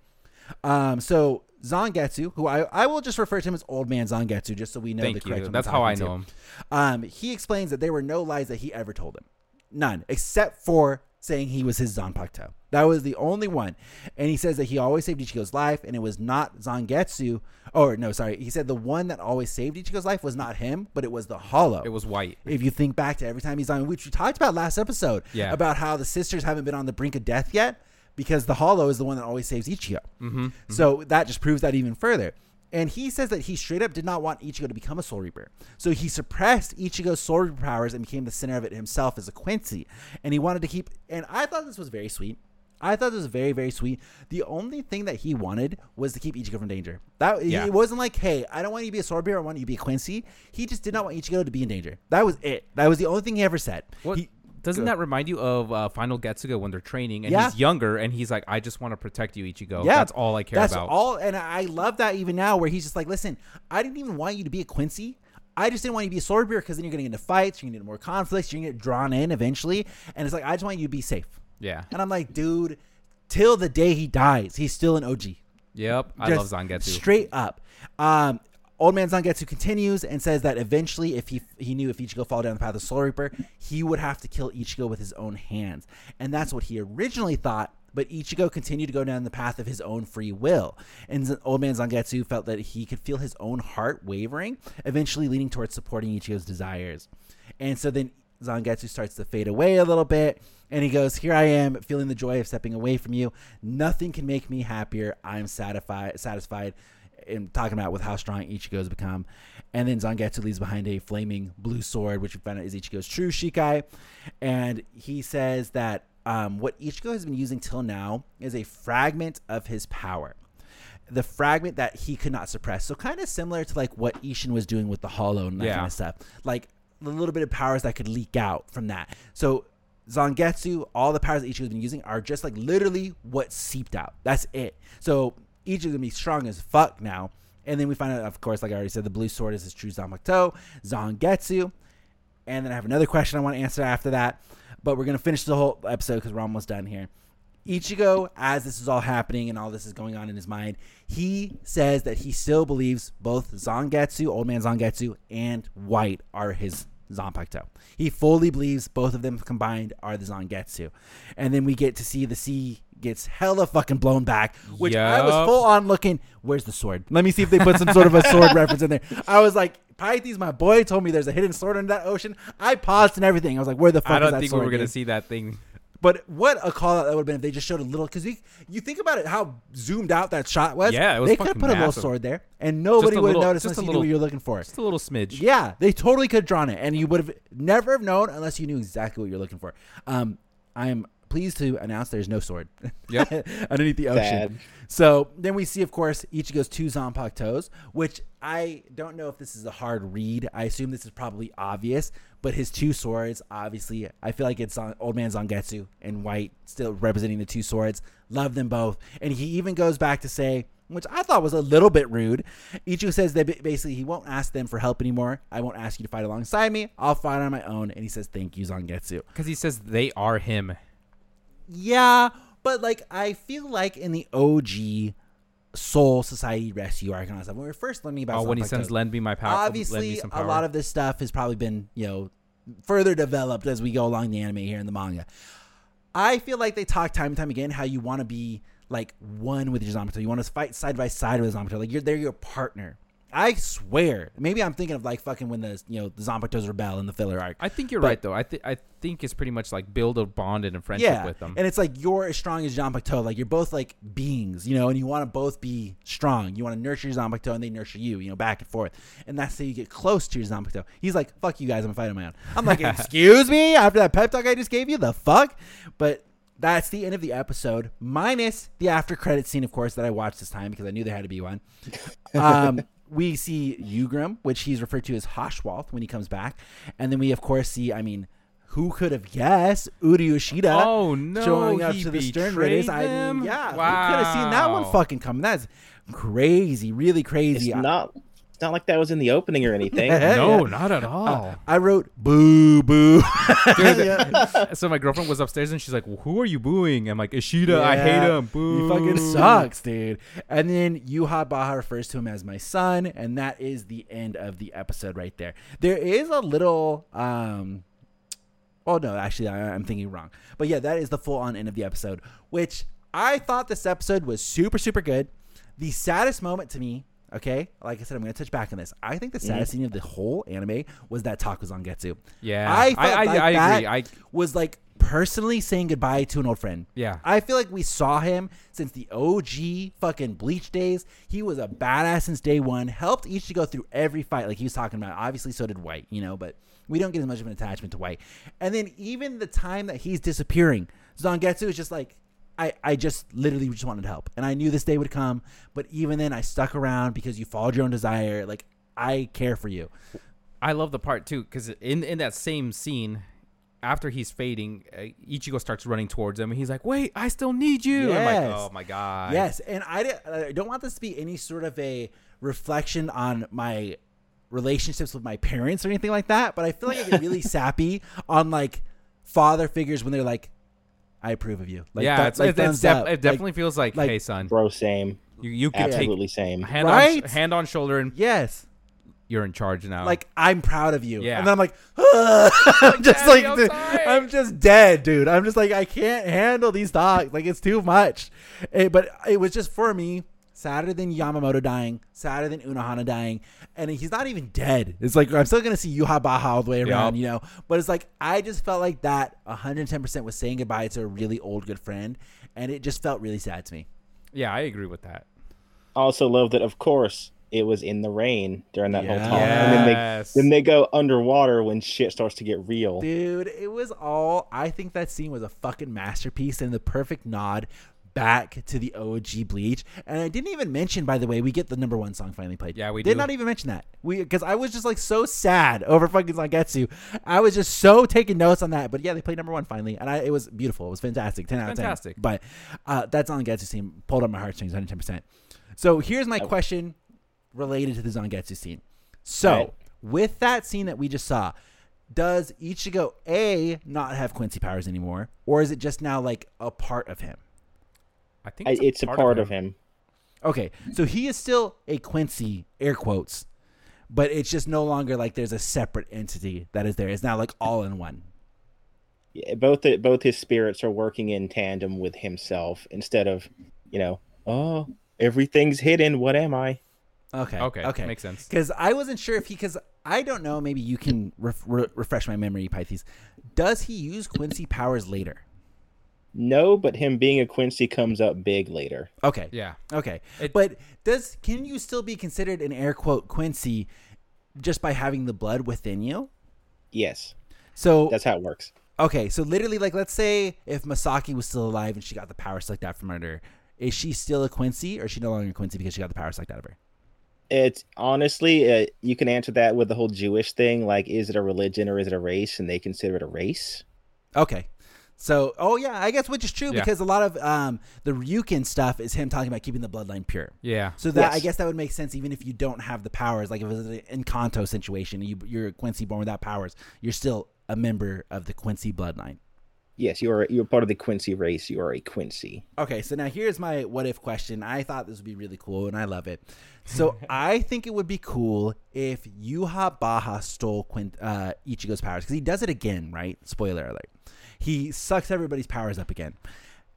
S1: Um, so Zangetsu, who I, I will just refer to him as Old Man Zangetsu, just so we know the
S2: Thank
S1: correct.
S2: you.
S1: one
S2: That's
S1: we're
S2: how I
S1: talking
S2: know
S1: to.
S2: him.
S1: Um, he explains that there were no lies that he ever told him, none except for saying he was his Zanpakuto. That was the only one, and he says that he always saved Ichigo's life, and it was not Zangetsu. Or no, sorry, he said the one that always saved Ichigo's life was not him, but it was the Hollow
S2: It was white.
S1: if you think back to every time he's on, which we talked about last episode,
S2: Yeah.
S1: about how the sisters haven't been on the brink of death yet because the Hollow is the one that always saves Ichigo. Mm-hmm. So that just proves that even further. And he says that he straight up did not want Ichigo to become a Soul Reaper. So he suppressed Ichigo's Soul Reaper powers and became the center of it himself as a Quincy. And he wanted to keep. And I thought this was very sweet. I thought this was very, very sweet. The only thing that he wanted was to keep Ichigo from danger. That
S2: Yeah.
S1: it wasn't like, hey, I don't want you to be a sword bearer, I want you to be a Quincy. He just did not want Ichigo to be in danger. That was it. That was the only thing he ever said.
S2: What
S1: He-
S2: doesn't
S1: go-
S2: that remind you of uh, Final Getsuga when they're training and
S1: Yeah.
S2: he's younger and he's like, I just want to protect you, Ichigo.
S1: Yeah,
S2: Oh, that's all I care
S1: that's
S2: about.
S1: all, and I love that even now, where he's just like, listen, I didn't even want you to be a Quincy. I just didn't want you to be a sword bearer because then you're going to get into fights, you're going to get into more conflicts, you're going to get drawn in eventually, and it's like I just want you to be safe.
S2: yeah.
S1: And I'm like, dude, till the day he dies, he's still an OG.
S2: Yep. I love
S1: Just
S2: Zangetsu.
S1: Straight up. Um, old man Zangetsu continues and says that eventually, if he he knew if Ichigo followed down the path of Soul Reaper, he would have to kill Ichigo with his own hands, and that's what he originally thought. But Ichigo continued to go down the path of his own free will, and Z- old man Zangetsu felt that he could feel his own heart wavering, eventually leaning towards supporting Ichigo's desires. And so then Zangetsu starts to fade away a little bit, and he goes, "Here I am, feeling the joy of stepping away from you. Nothing can make me happier. I'm satisfied. Satisfied." And talking about with how strong Ichigo's become, and then Zangetsu leaves behind a flaming blue sword, which we find out is Ichigo's true Shikai, and he says that um, what Ichigo has been using till now is a fragment of his power the fragment that he could not suppress. So kind of similar to like what Ishin was doing with the hollow and that
S2: Yeah.
S1: kind of stuff. Like the little bit of powers that could leak out from that. So Zangetsu, all the powers that Ichigo's been using are just like literally what seeped out. That's it. So Ichigo's gonna be strong as fuck now. And then we find out, of course, like I already said, the blue sword is his true Zanmakuto, Zangetsu. And then I have another question I want to answer after that. But we're going to finish the whole episode because we're almost done here. Ichigo, as this is all happening and all this is going on in his mind, he says that he still believes both Zangetsu, Old Man Zangetsu, and White are his Zanpakuto. He fully believes both of them combined are the Zangetsu. And then we get to see the sea gets hella fucking blown back, which I was
S2: Yup.
S1: full on looking. Where's the sword? Let me see if they put some sort of a sword reference in there. I was like, Pythes, my boy, told me there's a hidden sword under that ocean. I paused and everything. I was like, where the fuck
S2: I
S1: is
S2: don't
S1: that
S2: think we
S1: sword?
S2: were going to
S1: dude?
S2: see that thing.
S1: But what a call out that would have been if they just showed a little. Because you think about it, how zoomed out that shot was.
S2: Yeah, it was
S1: They could have
S2: fucking
S1: put a little
S2: massive.
S1: sword there, and nobody
S2: a
S1: would have
S2: little-
S1: noticed unless
S2: just a
S1: you knew
S2: little-
S1: what you were looking for.
S2: Just a little smidge.
S1: Yeah, they totally could have drawn it, and you would have never have known unless you knew exactly what you're looking for. Um, I'm pleased to announce there's no sword
S2: Yep.
S1: underneath the ocean.
S3: Sad.
S1: So then we see, of course, Ichigo's two Zanpakutos, which I don't know if this is a hard read. I assume this is probably obvious, but his two swords, obviously, I feel like it's on Old Man Zangetsu and White still representing the two swords. Love them both. And he even goes back to say, which I thought was a little bit rude. Ichigo says that ba- basically he won't ask them for help anymore. I won't ask you to fight alongside me. I'll fight on my own. And he says, thank you, Zangetsu.
S2: Because he says they are him.
S1: Yeah, but like I feel like in the OG Soul Society Rescue Arc and all that stuff. When we were first learning about
S2: Oh, when he
S1: stuff like
S2: sends
S1: that,
S2: lend me my power. lend me
S1: obviously
S2: some
S1: a
S2: power.
S1: lot of this stuff has probably been you know further developed as we go along the anime here in the manga i feel like they talk time and time again how you want to be like one with your zombie you want to fight side by side with zombie like you're they're your partner i swear maybe i'm thinking of like fucking when the you know the zombies rebel in the filler arc
S2: I think you're
S1: But-
S2: right though. I think I think it's pretty much like build a bond and a friendship with them.
S1: And it's like you're as strong as Jean Pacto. Like you're both like beings, you know, and you want to both be strong. You want to nurture your Jean Pacto and they nurture you, you know, back and forth. And that's how you get close to your Jean Pacto. He's like, fuck you guys, I'm fighting my own. I'm like, excuse me? After that pep talk I just gave you? The fuck? But that's the end of the episode, minus the after credit scene, of course, that I watched this time because I knew there had to be one. Um, we see Ugrim, which he's referred to as Hoshwalth when he comes back. And then we, of course, see, I mean, who could have guessed Uri Yoshida
S2: Oh, no,
S1: showing up
S2: he
S1: to the Stern
S2: betrayed
S1: Raiders? I
S2: them?
S1: mean, yeah, we could have seen that one
S2: Wow.
S1: fucking coming. That's crazy, really
S3: It's
S1: crazy. I-
S3: not it's not like that was in the opening or anything.
S1: Yeah. Uh,
S2: no, not at all.
S1: I wrote boo boo.
S2: Dude, so my girlfriend was upstairs and she's like, "Who are you booing?" I'm like, "Ishida, I hate
S1: Yeah.
S2: him. Boo.
S1: You fucking sucks, dude. And then Yuha Baha refers to him as my son, and that is the end of the episode right there. There is a little um Oh no, actually I, I'm thinking wrong. But yeah, that is the full on end of the episode, which I thought this episode was super, super good. The saddest moment to me, okay, like I said, I'm gonna touch back on this. I think the saddest scene of the whole anime was that Takuzangetsu.
S2: Mm-hmm. Yeah,
S1: I felt
S2: I, I,
S1: like
S2: I agree.
S1: that
S2: I
S1: was like personally saying goodbye to an old friend.
S2: Yeah.
S1: I feel like we saw him since the OG fucking Bleach days. He was a badass since day one. Helped Ichigo through every fight, like he was talking about. Obviously, so did White, you know, but we don't get as much of an attachment to White. And then even the time that he's disappearing, Zangetsu is just like, I, I just literally just wanted help. And I knew this day would come, but even then I stuck around because you followed your own desire. Like, I care for you.
S2: I love the part too because in in that same scene, after he's fading, uh, Ichigo starts running towards him and he's like, "Wait, I still need you." I'm
S1: Yes.
S2: like, "Oh my god."
S1: Yes, and I, di- I don't want this to be any sort of a reflection on my relationships with my parents or anything like that, but I feel like I get really sappy on like father figures when they're like, "I approve of you." Like,
S2: yeah,
S1: thu-
S2: it's,
S1: like
S2: it's, it's
S1: thumbs
S2: def-
S1: up.
S2: it
S1: Like,
S2: definitely feels like,
S1: like-
S2: hey, son,
S3: Bro, same.
S2: you, you can
S3: Absolutely same.
S2: take hand on
S1: Right?
S2: sh- hand on shoulder and
S1: yes.
S2: you're in charge now.
S1: Like I'm proud of you,
S2: Yeah.
S1: and then I'm like, I'm just
S2: "Daddy,
S1: like,
S2: I'm
S1: dude,
S2: sorry."
S1: I'm just dead, dude. I'm just like, I can't handle these thoughts. Like it's too much. It- but it was just for me. Sadder than Yamamoto dying, sadder than Unohana dying, and he's not even dead. It's like I'm still gonna see Yuha Baha all the way around,
S2: Yup.
S1: you know. But it's like I just felt like that 110 percent was saying goodbye to a really old good friend, and it just felt really sad to me.
S2: yeah, I agree with that.
S3: Also love that of course it was in the rain during that whole time. And then
S2: Yes.
S3: they then they go underwater when shit starts to get real.
S1: Dude, it was all. I think that scene was a fucking masterpiece and the perfect nod back to the OG Bleach. And I didn't even mention, by the way, we get the number one song finally played.
S2: Yeah, we
S1: did
S2: do.
S1: not even mention that. We because I was just like so sad over fucking Zangetsu. I was just so taking notes on that. But yeah, they played number one finally, and I, it was beautiful. It was fantastic. Ten out of ten.
S2: Fantastic.
S1: But uh, that Zangetsu scene pulled on my heartstrings 110. percent So here's my question related to the Zangetsu scene. So,
S3: Right.
S1: with that scene that we just saw, does Ichigo A not have Quincy powers anymore, or is it just now like a part of him?
S2: I think
S3: I- It's, a part, of, him.
S1: Okay, so he is still a Quincy, air quotes, but it's just no longer like there's a separate entity that is there. It's now like all in one.
S3: Yeah, Both the, both his spirits are working in tandem with himself instead of, you know, oh, everything's hidden. What am I?
S1: Okay,
S2: Okay,
S1: okay,
S2: makes sense.
S1: Because I wasn't sure if he, because I don't know, maybe you can ref re- refresh my memory, Pythes. Does he use Quincy powers later?
S3: No, but him being a Quincy comes up big later.
S1: Okay,
S2: Yeah.
S1: Okay.
S2: It-
S1: but does can you still be considered an air quote Quincy just by having the blood within you?
S3: Yes,
S1: So
S3: that's how it works.
S1: okay, so literally like let's say if Masaki was still alive and she got the power sucked out from under, is she still a Quincy or is she no longer a Quincy because she got the power sucked out of her?
S3: It's honestly, uh, you can answer that with the whole Jewish thing. Like, is it a religion or is it a race? And they consider it a race.
S1: Okay. So oh yeah, I guess which is true
S2: Yeah.
S1: because a lot of um the Ryukin stuff is him talking about keeping the bloodline pure.
S2: Yeah.
S1: So that I
S3: Yes.
S1: guess that would make sense even if you don't have the powers. Like if it was an Encanto situation, you, you're a Quincy born without powers, you're still a member of the Quincy bloodline.
S3: Yes, you are. You're part of the Quincy race. You are a Quincy.
S1: Okay, so now here's my what if question. I thought this would be really cool and I love it. So I think it would be cool if Yuha Baha stole Quint, uh, Ichigo's powers because he does it again, right? Spoiler alert. He sucks everybody's powers up again.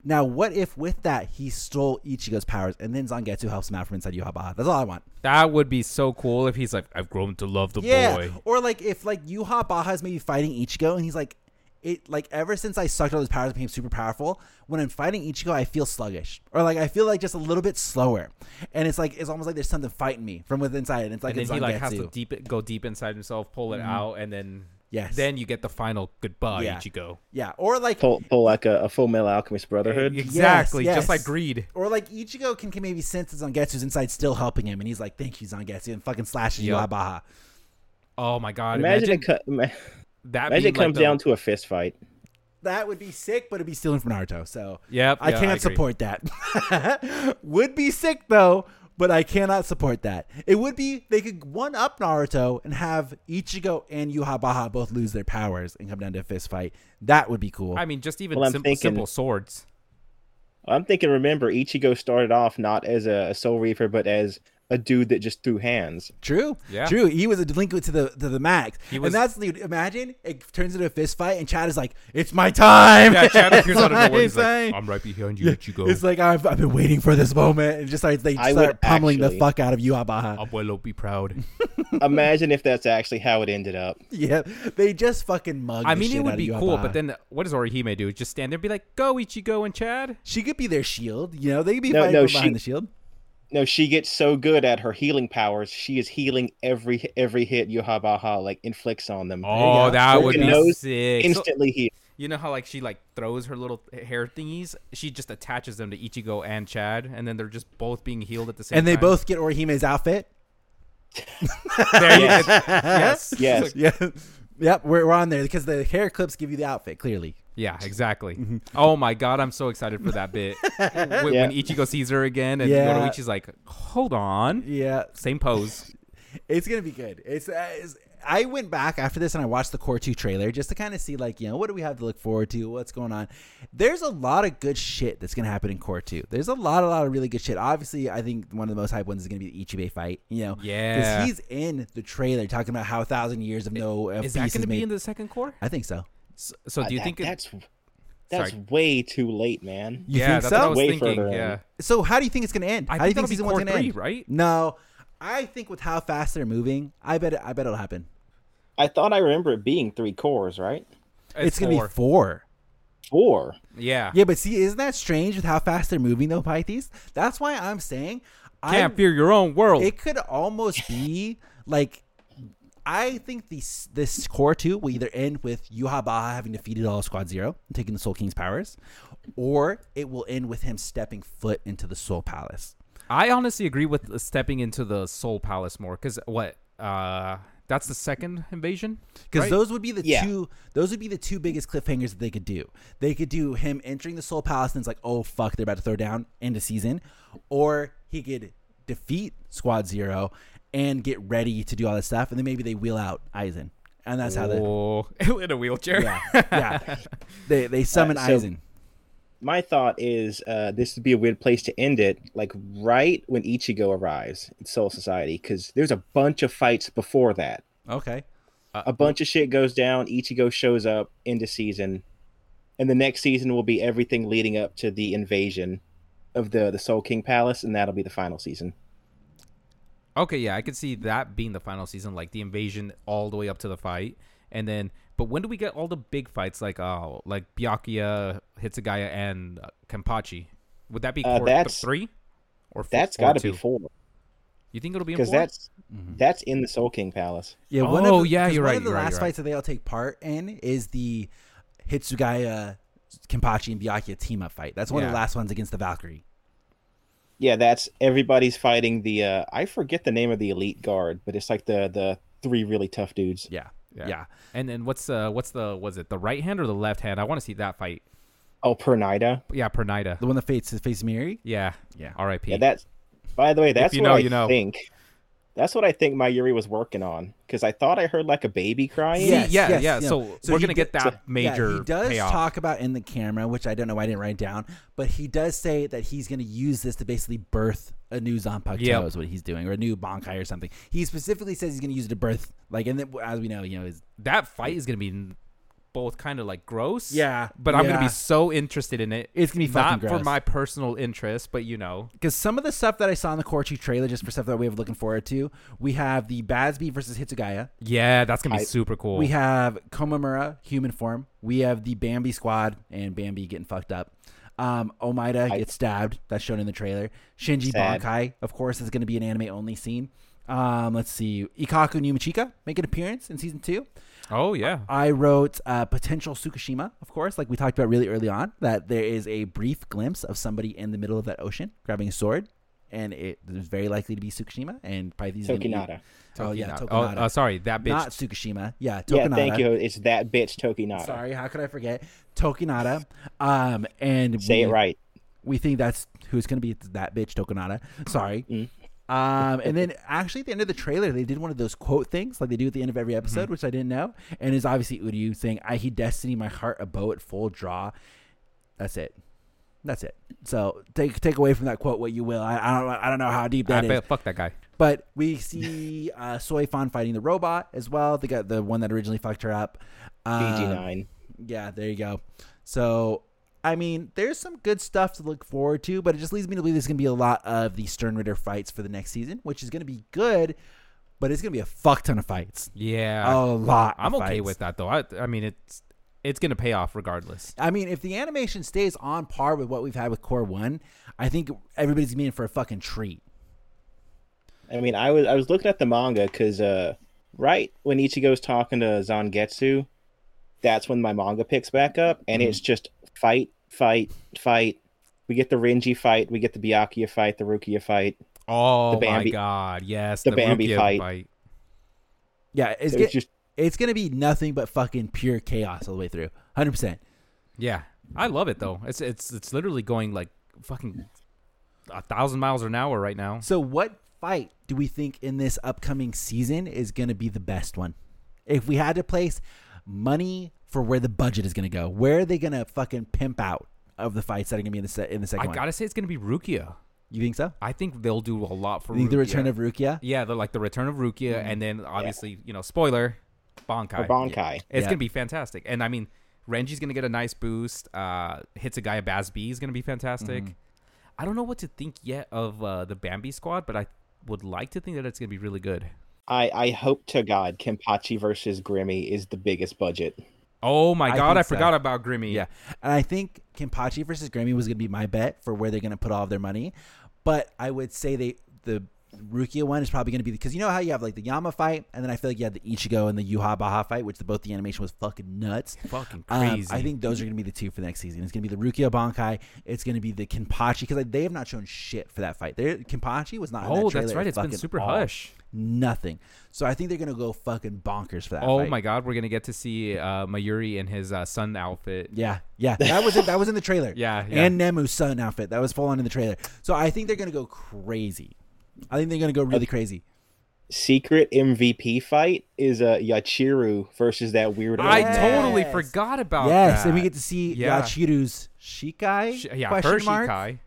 S1: Now, what if with that he stole Ichigo's powers and then Zangetsu helps him out from inside Yuha Baha? That's all I want.
S2: That would be so cool if he's like, I've grown to love the
S1: Yeah.
S2: boy.
S1: Or like if like Yuha Baha is maybe fighting Ichigo and he's like, it like ever since I sucked all those powers and became super powerful, when I'm fighting Ichigo, I feel sluggish. Or like I feel like just a little bit slower. And it's like it's almost like there's something fighting me from within inside. And it's like
S2: and
S1: it's
S2: then he like has
S1: Zangetsu.
S2: to deep go deep inside himself, pull it out, and
S1: Mm-hmm.
S2: then
S1: Yes.
S2: then you get the final goodbye,
S1: Yeah.
S2: Ichigo.
S1: Yeah. Or like
S3: Pull, pull like a, a Full Metal Alchemist Brotherhood.
S2: Exactly,
S1: yes.
S2: just like greed.
S1: or like Ichigo can, can maybe sense that Zangetsu's inside still helping him and he's like, Thank you, Zangetsu, and fucking slashes
S2: Yup.
S1: Yuha Baha.
S2: Oh my god!
S3: Imagine,
S2: Imagine,
S3: it, co- ima-
S2: that.
S3: imagine it
S2: being, like,
S3: comes
S2: the-
S3: down to a fist fight.
S1: That would be sick, but it'd be stealing from Naruto. So
S2: Yep,
S1: I
S2: yeah, I
S1: cannot
S2: agree.
S1: support that. would be sick though, but I cannot support that. It would be they could one up Naruto and have Ichigo and Yuha Baha both lose their powers and come down to a fist fight. That would be cool.
S2: I mean, just even
S3: Well, I'm
S2: simple,
S3: thinking-
S2: simple swords.
S3: I'm thinking. Remember, Ichigo started off not as a, a Soul Reaper, but as a dude that just threw hands.
S1: True.
S2: Yeah.
S1: True. He was a delinquent to the to the max.
S2: was-
S1: and that's dude, imagine it turns into a fist fight and Chad is like, It's my time.
S2: Yeah, Chad appears out of nowhere. He's
S1: Insane.
S2: like, I'm right behind you, Ichigo.
S1: It's like I've, I've been waiting for this moment and just like they
S3: I
S1: start
S3: would
S1: pummeling the
S3: actually-
S1: fuck out of Yuha Baha.
S2: Abuelo, be proud.
S3: Imagine if that's actually how it ended up.
S1: Yeah, they just fucking mug.
S2: I
S1: the
S2: mean,
S1: shit
S2: it
S1: out
S2: would
S1: of
S2: be
S1: Yuha
S2: cool,
S1: Baha.
S2: but then what does Orihime do? Just stand there and be like, go, Ichigo and Chad?
S1: she could be their shield. You know, they could be
S3: No,
S1: fighting
S3: no,
S1: from behind
S3: she-
S1: the shield.
S3: No, she gets so good at her healing powers. She is healing every every hit Yohabaha like inflicts on them.
S2: Oh,
S1: go.
S2: that would
S3: Broken
S2: be
S3: nose,
S2: sick. So-
S3: Instantly heal.
S2: you know how, like, she, like, throws her little hair thingies? She just attaches them to Ichigo and Chad, and then they're just both being healed at the same
S1: And they
S2: time.
S1: both get Orihime's outfit.
S2: There you-
S3: Yes.
S2: yes.
S3: Yes.
S2: It's like-
S1: Yeah. Yep, we're, we're on there because the hair clips give you the outfit clearly.
S2: yeah, exactly.
S1: Mm-hmm.
S2: Oh, my God. I'm so excited for that bit. when, when Ichigo sees her again, and
S1: Yeah.
S2: Yoroichi's like, hold on.
S1: Yeah,
S2: Same pose.
S1: it's gonna be good. It's, uh, it's I went back after this and I watched the Core Two trailer just to kind of see like you know what do we have to look forward to, what's going on. There's a lot of good shit that's gonna happen in Core Two. There's a lot, a lot of really good shit. Obviously, I think one of the most hype ones is gonna be the Ichibei fight. You know,
S2: Yeah.
S1: he's in the trailer talking about how a thousand years of no uh, peace
S2: Is that going to
S1: made.
S2: be in the second core?
S1: I think so.
S2: So, so do you
S3: Uh, That-
S2: think it-
S3: that's that's
S2: Sorry.
S3: way too late, man?
S1: You
S2: yeah,
S1: think
S2: that's
S1: so?
S2: what I was
S3: Way
S2: thinking.
S3: further in.
S2: Yeah.
S1: So how do you think it's gonna end?
S2: I
S1: how do you
S2: think
S1: think
S2: that'll be
S1: season one's
S2: core
S1: gonna
S2: three,
S1: end?
S2: right?
S1: No, I think with how fast they're moving, I bet it, I bet it'll happen.
S3: I thought I remember it being three cores, right?
S1: It's, gonna be four.
S3: Four.
S2: Yeah.
S1: Yeah, but see, isn't that strange with how fast they're moving though, Pythes? That's why I'm saying
S2: Can't
S1: I'm-
S2: fear your own world.
S1: it could almost be like I think these this core two will either end with Yuha Baha having defeated all of Squad Zero and taking the Soul King's powers, or it will end with him stepping foot into the Soul Palace.
S2: I honestly agree with uh, stepping into the Soul Palace more because what? Uh, that's the second invasion.
S1: because
S2: right?
S1: those would be the
S3: Yeah.
S1: two those would be the two biggest cliffhangers that they could do they could do him entering the soul palace and it's like oh fuck they're about to throw down end of season or he could defeat squad zero and get ready to do all this stuff and then maybe they wheel out Aizen. and that's how they
S2: Oh, in a wheelchair.
S1: yeah yeah they, they summon
S3: Uh, so-
S1: Aizen.
S3: My thought is uh, this would be a weird place to end it, like right when Ichigo arrives in Soul Society, because there's a bunch of fights before that.
S1: okay
S3: a bunch of shit goes down. Ichigo shows up into season, and the next season will be everything leading up to the invasion of the the Soul King Palace, and that'll be the final season.
S2: Okay, yeah, I could see that being the final season, like the invasion all the way up to the fight, and then. But when do we get all the big fights like uh like Byakuya, Hitsugaya, and uh, Kenpachi? Would that be
S3: Uh,
S2: core
S3: that's-
S2: three or four,
S3: That's got to be four
S2: You think it'll be in
S3: because
S2: four?
S3: that's that's in the Soul King Palace.
S1: yeah
S2: Oh,
S1: one of the,
S2: yeah,
S1: 'cause
S2: you're
S1: one
S2: right,
S1: of the
S2: you're right,
S1: last
S2: you're right.
S1: fights that they all take part in is the hitsugaya Kenpachi and Byakuya team up fight. That's one of the
S2: Yeah.
S1: last ones against the Valkyrie.
S3: Yeah, that's everybody's fighting the. Uh, I forget the name of the elite guard, but it's like the the three really tough dudes.
S1: Yeah. Yeah.
S2: And then what's uh what's the was it the right hand or the left hand? I want to see that fight.
S3: Oh, Pernida.
S2: Yeah, Pernida.
S1: The one that faces faces Miri.
S2: Yeah.
S1: Yeah.
S2: R.I.P.
S3: Yeah, that's. By the way, that's
S2: you
S3: what
S2: know,
S3: I
S2: you know.
S3: think. That's what I think my Yuri was working on because I thought I heard like a baby crying.
S1: Yes,
S2: yeah,
S1: yes, yeah.
S2: yeah. So,
S1: So
S2: we're
S1: he
S2: gonna get
S1: did-
S2: that
S3: so- yeah,
S2: major
S1: yeah, he does
S2: payoff.
S1: talk about in the camera, which I don't know why I didn't write down, but he does say that he's going to use this to basically birth a new Zanpakuto
S2: Yep.
S1: is what he's doing, or a new Bankai or something. He specifically says he's going to use it to birth, like, and then as we know, you know, his
S2: that fight is gonna be n- both kind of like gross.
S1: Yeah,
S2: but I'm gonna be
S1: yeah.
S2: so interested in it.
S1: It's gonna be
S2: not
S1: fucking
S2: for
S1: gross.
S2: my personal interest, but you know,
S1: because some of the stuff that I saw in the Korchi trailer, just for stuff that we have looking forward to, we have the Basby versus Hitsugaya.
S2: yeah, that's gonna be
S3: I-
S2: super cool.
S1: We have Komamura, human form. We have the Bambi squad and Bambi getting fucked up. Um, Omaida
S3: I-
S1: gets stabbed. That's shown in the trailer. Shinji
S3: Sad.
S1: Bankai, of course, is going to be an anime only scene. Um, let's see. Ikaku Numachika make an appearance in season two.
S2: oh yeah,
S1: I wrote uh, potential Tsukushima, of course, like we talked about really early on, that there is a brief glimpse of somebody in the middle of that ocean grabbing a sword, and it is very likely to be Tsukushima and probably these.
S3: Tokinata.
S1: Oh yeah, Tokinata.
S2: Tokinata. Oh, uh, sorry, that bitch.
S1: Not Tsukushima. Yeah, Tokinata.
S3: Yeah, thank you. It's that bitch Tokinata.
S1: Sorry, how could I forget Tokinata? Um, and
S3: Say
S1: we,
S3: it right.
S1: We think that's who's going to be that bitch Tokinata. Sorry.
S3: Mm-hmm.
S1: Um, and then actually at the end of the trailer, they did one of those quote things like they do at the end of every
S3: Mm-hmm.
S1: episode, which I didn't know. And is obviously Uryu saying, "I heed destiny, my heart a bow at full draw." That's it. That's it. So take take away from that quote what you will. I, I don't I don't know how deep
S2: I
S1: that is.
S2: bet- fuck that guy.
S1: But we see uh, Soy Fan fighting the robot as well. They got the one that originally fucked her up. Um,
S3: BG9.
S1: yeah, there you go. So, I mean, there's some good stuff to look forward to, but it just leads me to believe there's going to be a lot of the Stern Ritter fights for the next season, which is going to be good, but it's going to be a fuck ton of fights.
S2: Yeah,
S1: A lot.
S2: I'm
S1: of
S2: okay
S1: Oh, fights.
S2: with that though. I, I mean, it's it's gonna pay off regardless.
S1: I mean, if the animation stays on par with what we've had with Core 1, I think everybody's going to be in for a fucking treat.
S3: I mean, I was I was looking at the manga because uh, right when Ichigo's talking to Zangetsu, that's when my manga picks back up, and
S2: Mm-hmm.
S3: it's just fight, fight, fight. We get the Renji fight, we get the Byakuya fight, the Rukia fight.
S2: Oh my
S3: Bambi-
S2: god, yes,
S3: the Bambi
S2: Rukia
S3: fight.
S1: Yeah, it's,
S3: It's
S1: get,
S3: just
S1: it's going to be nothing but fucking pure chaos all the way through. 100%.
S2: Yeah, I love it though. It's it's it's literally going like fucking a thousand miles an hour right now.
S1: So, what fight do we think in this upcoming season is going to be the best one? If we had to place money for where the budget is going to go, where are they going to fucking pimp out of the fights that are going to be in the se- in the second
S2: I
S1: one?
S2: gotta say, it's gonna be Rukia.
S1: you think so?
S2: I think they'll do a lot for
S1: You think
S2: Rukia.
S1: the return of Mm-hmm. Rukia?
S2: yeah, the, like the return of Rukia, and then obviously you know spoiler, Bonkai.
S3: or Bonkai.
S2: It's
S1: Yeah.
S2: gonna be fantastic, and I mean, Renji's gonna get a nice boost. Uh, hits a guy at Basby is gonna be fantastic.
S1: Mm-hmm.
S2: I don't know what to think yet of uh, the Bambi squad, but I would like to think that it's gonna be really good.
S3: I, I hope to God Kenpachi versus Grimmy is the biggest budget.
S2: Oh my
S1: I
S2: god,
S1: think
S2: I,
S1: so.
S2: forgot about Grimmy.
S1: Yeah. And I think Kimpachi versus Grammy was going to be my bet for where they're going to put all of their money. But I would say they the Rukia one is probably going to be because you know how you have like the Yama fight, and then I feel like you had the Ichigo and the Yuha Baha fight, which the, both the animation was fucking nuts.
S2: Fucking
S1: Um,
S2: crazy.
S1: I think those are going to be the two for the next season. It's going to be the Rukia Bankai. It's going to be the Kenpachi because like, they have not shown shit for that fight. Their Kenpachi was not. in
S2: Oh,
S1: that trailer
S2: that's right.
S1: at
S2: It's been
S1: fucking
S2: super
S1: all.
S2: hush.
S1: Nothing. So I think they're going to go fucking bonkers for that.
S2: Oh
S1: fight.
S2: my god, we're gonna get to see uh, Mayuri in his uh, sun outfit.
S1: Yeah, yeah, that was it. That was in the trailer.
S2: Yeah, yeah.
S1: and Nemu's son outfit that was full on in the trailer. So I think they're gonna go crazy. I think they're gonna go
S2: Oh,
S1: really crazy.
S3: Secret MVP fight is a uh, Yachiru versus that weird.
S2: I
S3: old man.
S2: totally
S1: Yes.
S2: forgot about
S1: Yes,
S2: that.
S1: and we get to see
S2: Yeah.
S1: Yachiru's Shikai.
S2: Sh- yeah,
S1: question
S2: her
S1: mark,
S2: Shikai.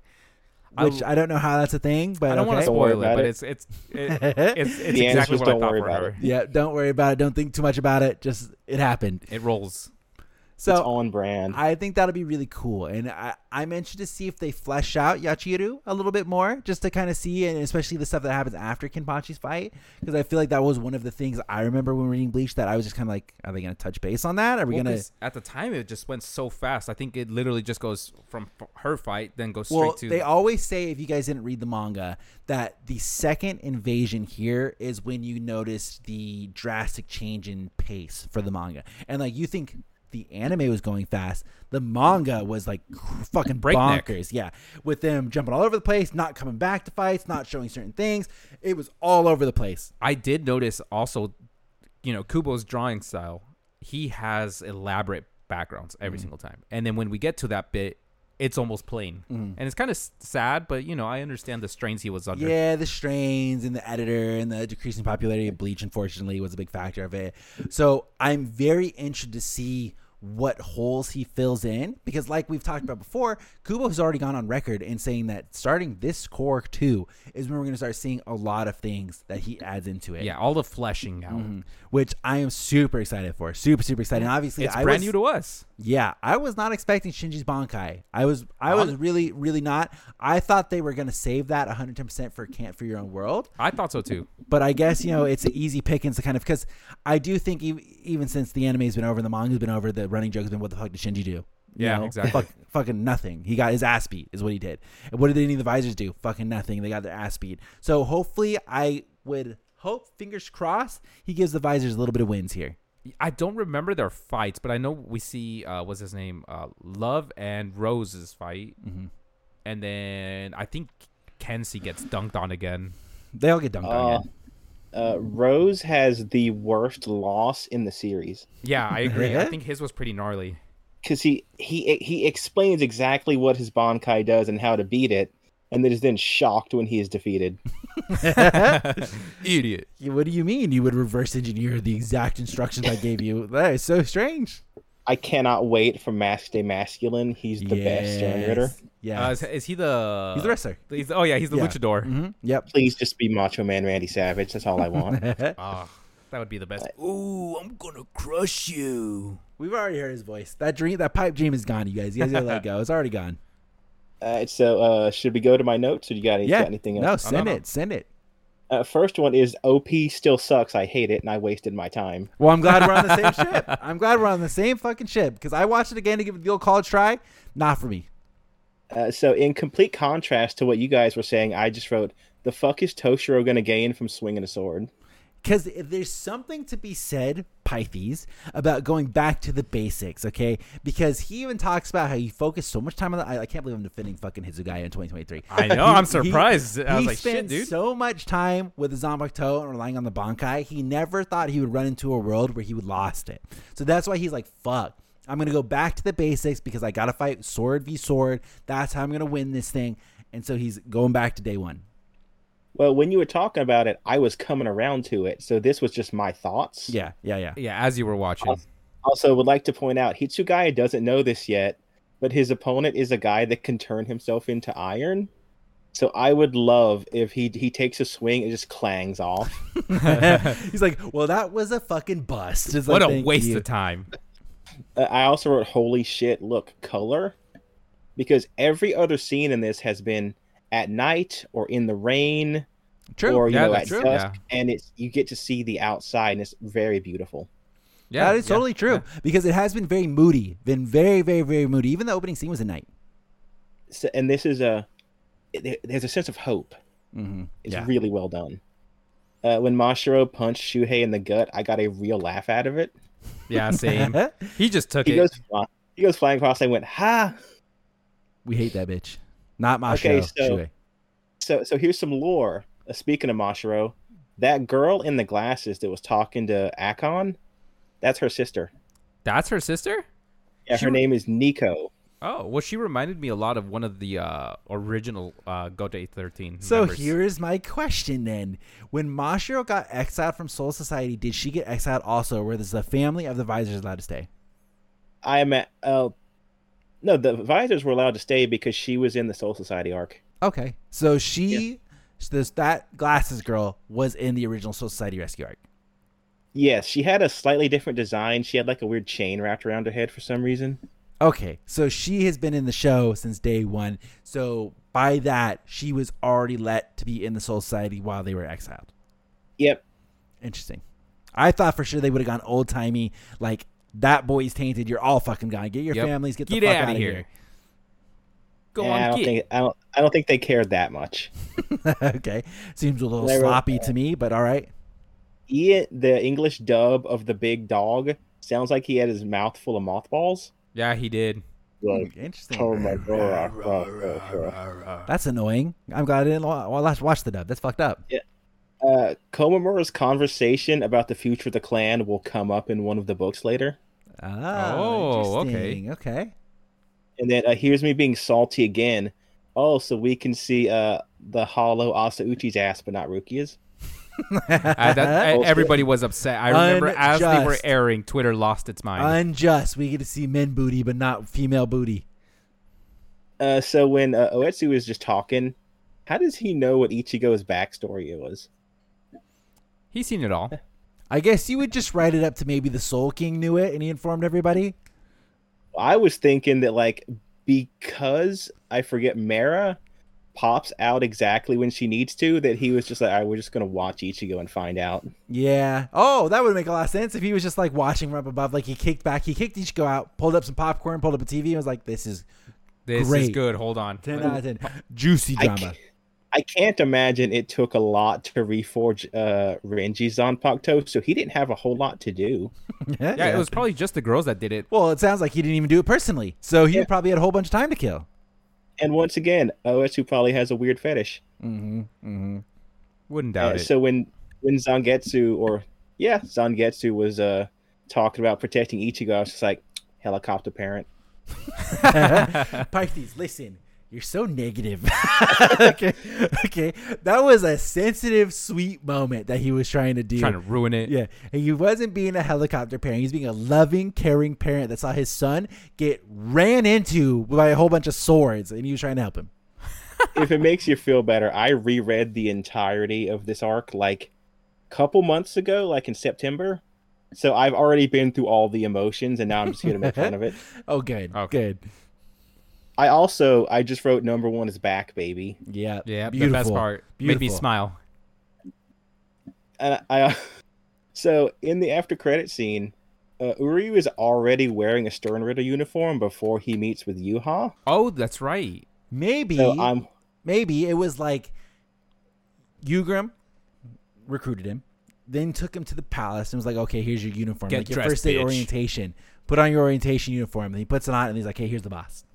S1: Which I, don't know how that's a thing, but
S2: I don't want
S1: okay.
S2: to
S3: Don't worry
S2: spoil it,
S3: about
S2: but
S3: it.
S2: it's it's it, it's, it's
S3: The answer
S2: exactly
S3: is
S2: what I
S3: don't
S2: thought
S3: worry
S2: for
S3: about
S2: her. It.
S1: yeah, don't worry about it. Don't think too much about it. Just it happened.
S2: rolls.
S1: So
S3: It's on brand.
S1: I think that'll be really cool. And I, I'm interested to see if they flesh out Yachiru a little bit more, just to kind of see, and especially the stuff that happens after Kenpachi's fight, because I feel like that was one of the things I remember when reading Bleach that I was just kind of like, are they going to touch base on that? Are we
S2: Well,
S1: going
S2: 'cause at the time it just went so fast. I think it literally just goes from f- her fight, then goes straight
S1: Well,
S2: to
S1: they always say if you guys didn't read the manga that the second invasion here is when you notice the drastic change in pace for the manga, and like you think the anime was going fast, the manga was like fucking
S2: Breakneck.
S1: bonkers. Yeah, with them jumping all over the place, not coming back to fights, not showing certain things, it was all over the place.
S2: I did notice also, you know, Kubo's drawing
S3: Mm.
S2: style. He has elaborate backgrounds every single time, and then when we get to that bit, it's almost plain,
S3: Mm.
S2: and it's kind of sad. But you know, I understand the strains he was under.
S1: Yeah, the strains and the editor and the decreasing popularity of Bleach, unfortunately, was a big factor of it. So I'm very interested to see what holes he fills in because, like we've talked about before, Kubo has already gone on record in saying that starting this core two is when we're going to start seeing a lot of things that he adds into it.
S2: Yeah, all the fleshing out.
S3: Mm-hmm.
S1: Which I am super excited for. Super, super excited. And obviously,
S2: It's
S1: I
S2: brand
S1: was-
S2: new to us.
S1: yeah, I was not expecting Shinji's Bankai. I was I was really really not. I thought they were going to save that 110% for Can't for Your Own World,
S2: I thought so too.
S1: but I guess, you know, it's an easy pickings to kind of cuz I do think ev- even since the anime's been over, the manga's been over, the running joke has been what the fuck did Shinji do? You
S2: Yeah, exactly.
S1: fuck- fucking nothing. He got his ass beat is what he did. And what did any of the visors do? Fucking nothing. They got their ass beat. So hopefully I would hope fingers crossed he gives the visors a little bit of wins here.
S2: I don't remember their fights, but I know we see uh, what's his name, uh, Love and Rose's fight,
S1: Mm-hmm.
S2: and then I think Kenzie gets dunked on again.
S1: They all get dunked on.
S3: Uh,
S1: again.
S3: uh, Rose has the worst loss in the series
S2: Yeah, I agree. I
S1: Yeah?
S2: think his was pretty gnarly.
S3: because he he he explains exactly what his Bankai does and how to beat it, and then is then shocked when he is defeated.
S2: Idiot.
S1: Yeah, What do you mean you would reverse engineer the exact instructions I gave you? That is so strange.
S3: I cannot wait for Masked Day Masculine. He's the best Stern Ritter.
S1: Yeah.
S2: Uh, is, is he the?
S1: He's the wrestler.
S2: he's- oh yeah, he's the
S1: Yeah.
S2: luchador.
S1: hmm Yep.
S3: Please just be Macho Man Randy Savage. That's all I want.
S2: Ah, that would be the best. Ooh, I'm gonna crush you.
S1: We've already heard his voice. That dream, that pipe dream is gone, you guys. You guys gotta let it go. It's already gone.
S3: Uh, so uh, should we go to my notes? Or you got, any,
S1: Yeah.
S3: got anything
S1: No,
S3: else?
S1: send
S2: no.
S1: it. Send it.
S3: Uh, first one is OP still sucks. I hate it, and I wasted my time.
S1: Well, I'm glad we're on the same ship. I'm glad we're on the same fucking ship because I watched it again to give it the old college try. Not for me.
S3: Uh, so in complete contrast to what you guys were saying, I just wrote, "The fuck is Toshiro gonna gain from swinging a sword?"
S1: Because there's something to be said, Pythes, about going back to the basics, okay? Because he even talks about how he focused so much time on the. I, I can't believe I'm defending fucking Hizugaya in 2023.
S2: I know.
S1: He-
S2: I'm
S1: he-
S2: surprised. I was
S1: he
S2: like, shit,
S1: spent
S2: dude.
S1: so much time with the Zanbakuto and relying on the Bankai. He never thought he would run into a world where he would lost it. So that's why he's like, fuck. I'm gonna go back to the basics because I gotta fight sword v sword. That's how I'm gonna win this thing. And so he's going back to day one.
S3: Well, when you were talking about it, I was coming around to it, so this was just my thoughts.
S1: Yeah, yeah, yeah.
S2: Yeah, as you were watching.
S3: Also, would like to point out Hitsugaya doesn't know this yet, but his opponent is a guy that can turn himself into iron. So I would love if he he takes a swing and just clangs off.
S1: he's like, well, that was a fucking bust. It's
S2: What
S1: like,
S2: a
S1: "Thank
S2: waste
S1: you."
S2: of time.
S3: Uh, I also wrote, "Holy shit! Look, color," because every other scene in this has been at night or in the rain
S1: True.
S3: or you
S2: Yeah,
S3: know at
S2: that's true.
S3: dusk, and it's you get to see the outside, and it's very beautiful.
S2: Yeah,
S1: that is
S2: yeah,
S1: totally true because it has been very moody, been very, very, very moody. Even the opening scene was at night.
S3: So, and this is a there- there's a sense of hope.
S1: Mm-hmm.
S3: It's really well done. Uh, when Mashiro punched Shuhei in the gut, I got a real laugh out of it.
S2: Yeah, same. he just took
S3: He
S2: it.
S3: goes fly- he goes flying across. I went ha.
S1: We hate that bitch. Not Masho.
S3: Okay, so-
S1: Shuei.
S3: So so here's some lore. Uh, speaking of Mashiro, that girl in the glasses that was talking to Akon, that's her sister.
S2: That's her sister.
S3: Yeah, her name is Nico.
S2: Oh, well, she reminded me a lot of one of the uh, original uh, Go to 813.
S1: So
S2: members.
S1: here is my question then. When Mashiro got exiled from Soul Society, did she get exiled also, where there's the family of the visors allowed to stay?
S3: I'm at, uh, no, the visors were allowed to stay because she was in the Soul Society arc.
S1: Okay. So she, so this, that glasses girl, was in the original Soul Society rescue arc.
S3: Yes, she had a slightly different design. She had like a weird chain wrapped around her head for some reason.
S1: Okay. So she has been in the show since day one. So by that, she was already let to be in the Soul Society while they were exiled.
S3: Yep.
S1: Interesting. I thought for sure they would have gone old timey, like that boy's tainted. You're all fucking gone. Get your
S2: Yep.
S1: families. Get the
S2: Get
S1: fuck
S2: outta
S1: out of
S2: here.
S1: here.
S2: Go
S3: Yeah, I
S2: on,
S3: don't
S2: kid.
S3: think I don't I don't think they cared that much.
S1: okay, seems a little
S3: They were-
S1: sloppy to me, but all right.
S3: Ian, the English dub of the big dog, sounds like he had his mouth full of mothballs.
S2: yeah, he did.
S1: Hmm, Interesting. Ah,
S3: oh my god.
S1: That's annoying. I'm glad I didn't wa- wa- watch, watch the dub. That's fucked up.
S3: Uh, Komamura's conversation about the future of the clan will come up in one of the books later.
S1: Oh,
S2: Oh, okay.
S1: interesting. Okay.
S3: And then uh, here's me being salty again. Oh, so we can see uh, the hollow Asauchi's ass, but not Rukia's.
S2: I, that, I-
S3: Bullshit.
S2: everybody was upset. I remember as they were
S1: Unjust.
S2: airing, Twitter lost its mind.
S1: Unjust. We get to see men booty, but not female booty.
S3: Uh, so when uh, Oetsu is just talking, how does he know what Ichigo's backstory was?
S2: He's seen it all.
S1: I guess you would just write it up to maybe the Soul King knew it and he informed everybody.
S3: I was thinking that like because I forget Mara pops out exactly when she needs to, that he was just like, all right, we're just gonna watch Ichigo and find out.
S1: Yeah. Oh, that would make a lot of sense if he was just like watching from up above. Like he kicked back, he kicked Ichigo out, pulled up some popcorn, pulled up a TV, and was like, "This is
S2: This is
S1: Great.
S2: good. Hold on.
S1: ten out of ten, juicy
S3: I
S1: drama."
S3: ca- I can't imagine it took a lot to reforge uh, Renji Zanpakuto, so he didn't have a whole lot to do.
S2: Yeah, it was probably just the girls that did it.
S1: Well, it sounds like he didn't even do it personally, so he
S3: Yeah.
S1: probably had a whole bunch of time to kill.
S3: And once again, Oetsu probably has a weird fetish.
S1: Mm-hmm. Mm-hmm.
S2: Wouldn't
S3: Uh,
S2: doubt it.
S3: so when when Zangetsu or yeah Zangetsu was uh talking about protecting Ichigo, I was just like helicopter parent.
S2: Uh,
S1: Pythes, listen, you're so negative. okay, okay, that was a sensitive, sweet moment that he was trying to do.
S2: Trying to ruin it.
S1: Yeah, and he wasn't being a helicopter parent. He's being a loving, caring parent that saw his son get ran into by a whole bunch of swords, and he was trying to help him.
S3: if it makes you feel better, I reread the entirety of this arc like couple months ago, like in September. So I've already been through all the emotions, and now I'm just here to make fun of it.
S1: Oh, good,
S2: Okay.
S1: good.
S3: I also I just wrote number one is back, baby,
S1: Yeah,
S2: Yeah,
S1: Beautiful.
S2: the best part. Made me
S1: Beautiful.
S2: smile.
S3: and I. I so in the after credit scene, uh, Uryu is already wearing a Stern Ritter uniform before he meets with Yuha.
S2: Oh, that's right.
S1: Maybe,
S3: So I'm
S1: maybe it was like Ugram recruited him, then took him to the palace and was like, "Okay, here's your uniform,
S2: Get
S1: like your
S2: dressed,
S1: first day
S2: bitch."
S1: orientation. Put on your orientation uniform." And he puts it on, and he's like, "Hey, here's the boss."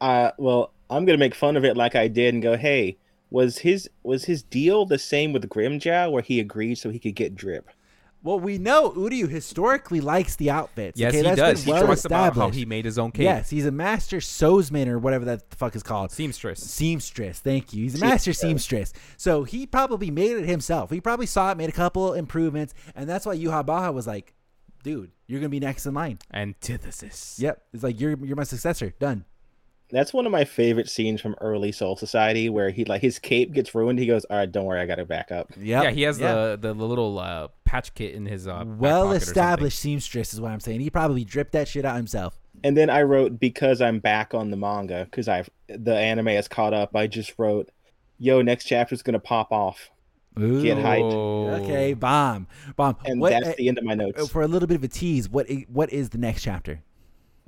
S3: uh well i'm gonna make fun of it like i did and go hey was his was his deal the same with grimjow where he agreed so he could get drip
S1: Well, we know Uryu historically likes the outfits.
S2: Yes,
S1: okay?
S2: he
S1: That's
S2: does.
S1: Been
S2: He
S1: well
S2: talks about how
S1: established.
S2: he made his own cake.
S1: Yes, he's a master sewsman or whatever that the fuck is called.
S2: Seamstress.
S1: Seamstress, thank you. He's a master seamstress. So he probably made it himself. He probably saw it, made a couple improvements, and that's why Yuha Baha was like, dude, you're gonna be next in line.
S2: Antithesis.
S1: Yep. It's like you're you're my successor. Done.
S3: that's one of my favorite scenes from early soul society where he like his cape gets ruined he goes all right don't worry i gotta back up
S1: Yep.
S2: Yeah, he has the, the the little uh, patch kit in his uh, back
S1: well
S2: pocket or something.
S1: established seamstress is what I'm saying. He probably dripped that shit out himself.
S3: and then i wrote because i'm back on the manga because i've the anime has caught up i just wrote yo next chapter's gonna pop off
S1: Ooh.
S3: Get hype.
S2: Oh.
S1: Okay, bomb. Bomb.
S3: and
S1: what, uh,
S3: that's the end of my notes
S1: for a little bit of a tease, what i- what is the next chapter?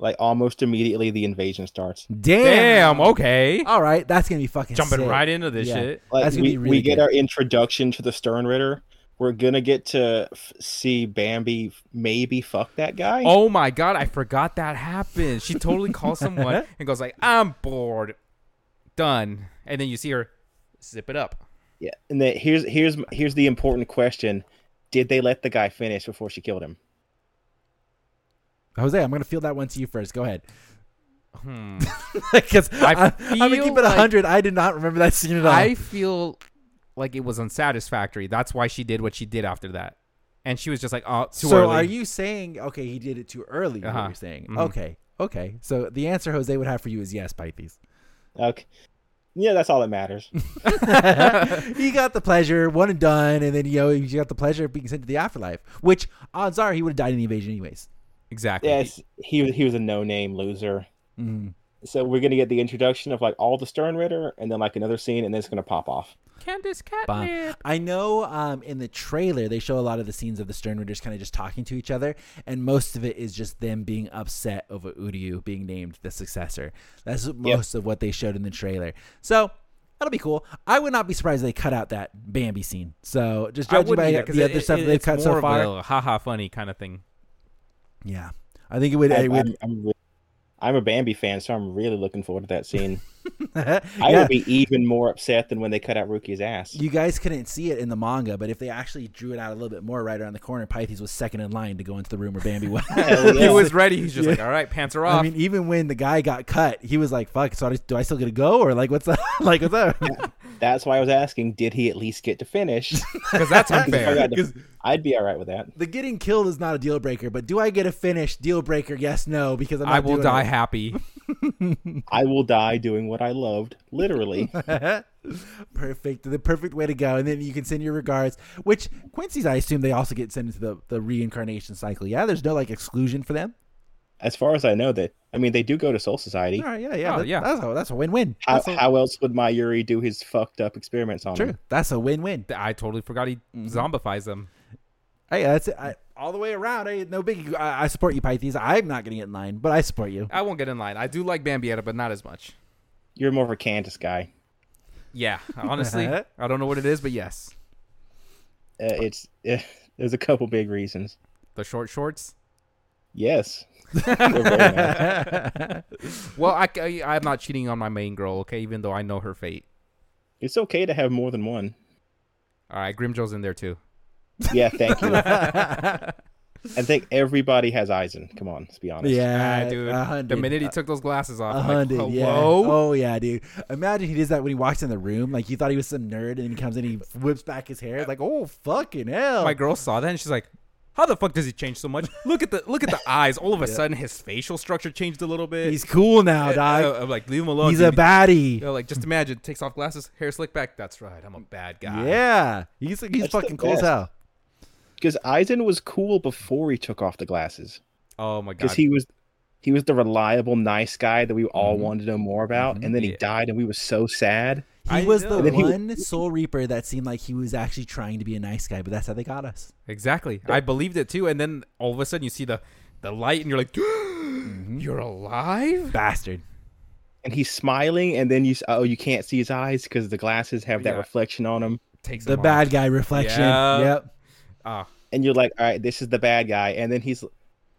S3: like almost immediately the invasion starts
S1: Damn.
S2: Damn. Okay.
S1: All right, that's gonna be fucking
S2: Jumping
S1: sick.
S2: right into this
S1: Yeah.
S2: shit.
S3: like
S1: That's
S3: we,
S1: gonna be really
S3: we get
S1: good.
S3: our introduction to the Stern Ritter. We're gonna get to f- see Bambi f- maybe fuck that guy.
S2: Oh my god, I forgot that happened. She totally calls
S1: Uh-huh.
S2: someone and goes like, "I'm bored, done," and then you see her zip it up.
S3: yeah. And then here's here's here's the important question: Did they let the guy finish before she killed him?
S1: Jose, I'm gonna field that one to you first. Go ahead.
S2: Hmm.
S1: Because
S2: I
S1: I'm, I'm gonna
S2: feel
S1: keep it
S2: like-
S1: 100. I did not remember that scene at all.
S2: I feel like it was unsatisfactory. That's why she did what she did after that, and she was just like, "Oh, too
S1: so
S2: early."
S1: are you saying okay? He did it too early. is What
S2: Uh-huh.
S1: you're saying?
S2: Mhm.
S1: Okay, okay. So the answer Jose would have for you is yes, Pythes.
S3: Okay. Yeah, that's all that matters.
S1: he got the pleasure, one and done, and then you know you got the pleasure of being sent to the afterlife. Which odds are he would have died in the invasion anyways.
S2: exactly?
S3: yes, he was- he was a no name loser.
S1: Mhm.
S3: So we're gonna get the introduction of like all the Stern Ritter, and then like another scene, and then it's gonna pop off.
S2: Candace
S1: Bomb.
S2: Catnip.
S1: Uh, I know um, in the trailer they show a lot of the scenes of the Stern Ritters kind of just talking to each other, and most of it is just them being upset over Uryu being named the successor. That's most of what they showed in the trailer. So that'll be cool. I would not be surprised if they cut out that Bambi scene. So just
S2: I
S1: judging
S2: wouldn't
S1: by
S2: either, 'cause
S1: the
S2: it-
S1: other stuff
S2: it-
S1: they've
S2: it's
S1: cut
S2: more
S1: so
S2: of
S1: far,
S2: a haha funny kind of thing.
S1: yeah, I think it would.
S3: I,
S1: It would
S3: am I'm, re- I'm a Bambi fan, so I'm really looking forward to that scene. I
S1: yeah,
S3: will be even more upset than when they cut out Rookie's ass.
S1: you guys couldn't see it in the manga, but if they actually drew it out a little bit more, right around the corner, Pythes was second in line to go into the room where Bambi was.
S3: Hell
S2: He
S3: yeah.
S2: was ready. He's just like, all right, pants are off.
S1: I mean, even when the guy got cut, he was like, "Fuck! So I, do I still get to go, or like, what's up? like, what's up?"
S3: That's why I was asking, did he at least get to finish?
S2: Because that's
S3: If I
S2: unfair.
S3: got to- I'd be all right with that.
S1: the getting killed is not a deal breaker, but do I get a finish? Deal breaker? Yes, no, because I'm not
S2: I will
S1: doing
S2: die
S1: it.
S2: happy.
S3: I will die doing what I loved, literally.
S1: perfect. The perfect way to go. And then you can send your regards, which Quincy's, I assume they also get sent into the, the reincarnation cycle. Yeah, there's no like exclusion for them.
S3: as far as I know, that I mean, they do go to Soul Society.
S1: All right, yeah, yeah.
S2: Oh,
S1: that-
S2: yeah.
S1: That's a, that's a win win.
S3: How, how else would Mayuri do his fucked up experiments on
S1: True.
S3: him?
S1: That's a win win.
S2: I totally forgot he
S1: Mm-hmm.
S2: zombifies them.
S1: Hey, that's it. I, all the way around. Hey, no big. I, I support you, Pythes. I'm not going to get in line, but I support you.
S2: I won't get in line. I do like Bambietta, but not as much.
S3: You're more of a Candace guy.
S2: Yeah, honestly,
S1: Uh-huh.
S2: I don't know what it is, but yes,
S3: Uh, it's uh, there's a couple big reasons.
S2: the short shorts.
S3: Yes, They're very nice.
S2: Well, I, I am not cheating on my main girl, okay? Even though I know her fate.
S3: it's okay to have more than one.
S2: All right, Grimjoe's in there too.
S3: Yeah, thank you. I think everybody has Eisen. Come on, let's be honest.
S1: Yeah,
S2: Ah, dude.
S1: a hundred.
S2: The minute he took those glasses off,
S1: A
S2: I'm
S1: hundred,
S2: like,
S1: yeah.
S2: hello.
S1: Oh yeah, dude. Imagine he does that when he walks in the room. Like you thought he was some nerd, and he comes in, he whips back his hair. Like, oh fucking hell!
S2: My girl saw that and she's like, "How the fuck does he change so much? Look at the look at the eyes. All of a sudden, his facial structure changed a little bit.
S1: He's cool now,
S2: Uh,
S1: dog.
S2: I'm like, leave him alone.
S1: He's a
S2: dude.
S1: baddie.
S2: You know, like just imagine, takes off glasses, hair slicked back. That's right, I'm a bad guy.
S1: Yeah, he's he's
S3: That's the
S1: fucking cool as
S3: best.
S1: hell.
S3: Because Eisen was cool before he took off the glasses.
S2: Oh my god.
S3: Because he was he was the reliable, nice guy that we all wanted to know more about. And then he
S2: Mm-hmm. Yeah.
S3: died, and we were so sad.
S1: He
S2: I
S1: was
S2: know.
S1: the
S2: And
S3: then he-
S1: one Soul Reaper that seemed like he was actually trying to be a nice guy, but that's how they got us.
S2: exactly. I believed it too, and then all of a sudden you see the the light, and you're like,
S1: Mm-hmm.
S2: "You're alive."
S1: Bastard.
S3: and he's smiling, and then you s- oh you can't see his eyes because the glasses have that
S2: Yeah.
S3: reflection on him,
S2: Takes
S1: The
S2: him off.
S1: bad guy reflection.
S2: Yeah.
S1: Yep.
S2: Ah,
S3: and you're like, all right, this is the bad guy, and then he's,